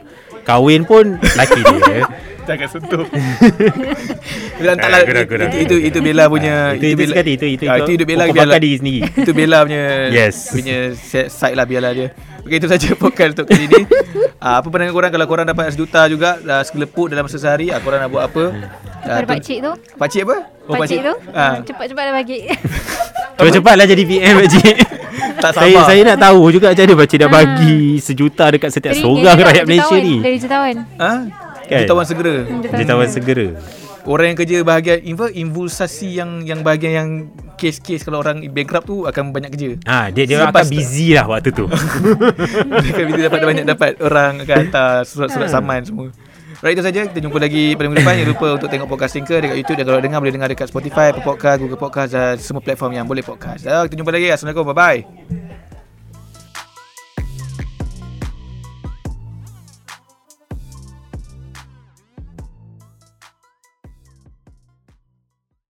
S3: kahwin pun laki
S1: [laughs]
S3: dia.
S1: Jangan sentuh. Bila tak lah
S3: Eh, gerak, gerak,
S1: itu, itu itu Bella punya
S3: Ah, itu itu
S1: Bella-
S3: sekali itu itu
S1: Ah, itu hidup Bella
S3: Kau
S1: biarlah.
S3: bakar diri
S1: [laughs]
S3: sendiri.
S1: Itu Bella punya
S3: Yes.
S1: punya se- side lah biarlah dia. Okey itu saja [laughs] podcast untuk kali ini. Ah, apa pandangan korang kalau korang dapat sejuta juga uh, sekelepuk dalam sehari, ah, korang nak buat apa? Ah,
S3: Hmm. Ah,
S2: Kepada pakcik tu.
S1: Pakcik apa?
S3: Oh,
S2: pakcik, tu.
S1: Ah.
S2: Ah. Cepat-cepat dah
S3: [laughs]
S2: bagi.
S3: Cepat-cepatlah jadi PM Pakcik
S1: Tak
S3: saya,
S1: sabar.
S3: saya nak tahu juga Macam mana Pakcik dah bagi Sejuta dekat
S2: Dari-
S3: setiap seorang
S2: dari
S3: Rakyat
S2: jutawan,
S3: Malaysia ni
S2: Dari jutawan.
S1: Ha?
S3: Kan?
S1: Jutawan segera.
S3: Jutawan segera
S1: Orang yang kerja bahagian inv- invulsasi yang yang bahagian yang kes-kes kalau orang bankrupt tu akan banyak kerja.
S3: ha, Dia, dia akan
S1: Lepas-
S3: busy lah waktu
S1: [laughs]
S3: tu
S1: Dekat bila dapat banyak dapat orang akan hantar surat-surat saman semua. Right itu saja kita jumpa lagi pada minggu depan jangan lupa untuk tengok podcast Tinker dekat YouTube dan kalau dengar boleh dengar dekat Spotify, Apple Podcast, Google Podcast dan semua platform yang boleh podcast. Dah kita jumpa lagi. Assalamualaikum. Bye bye.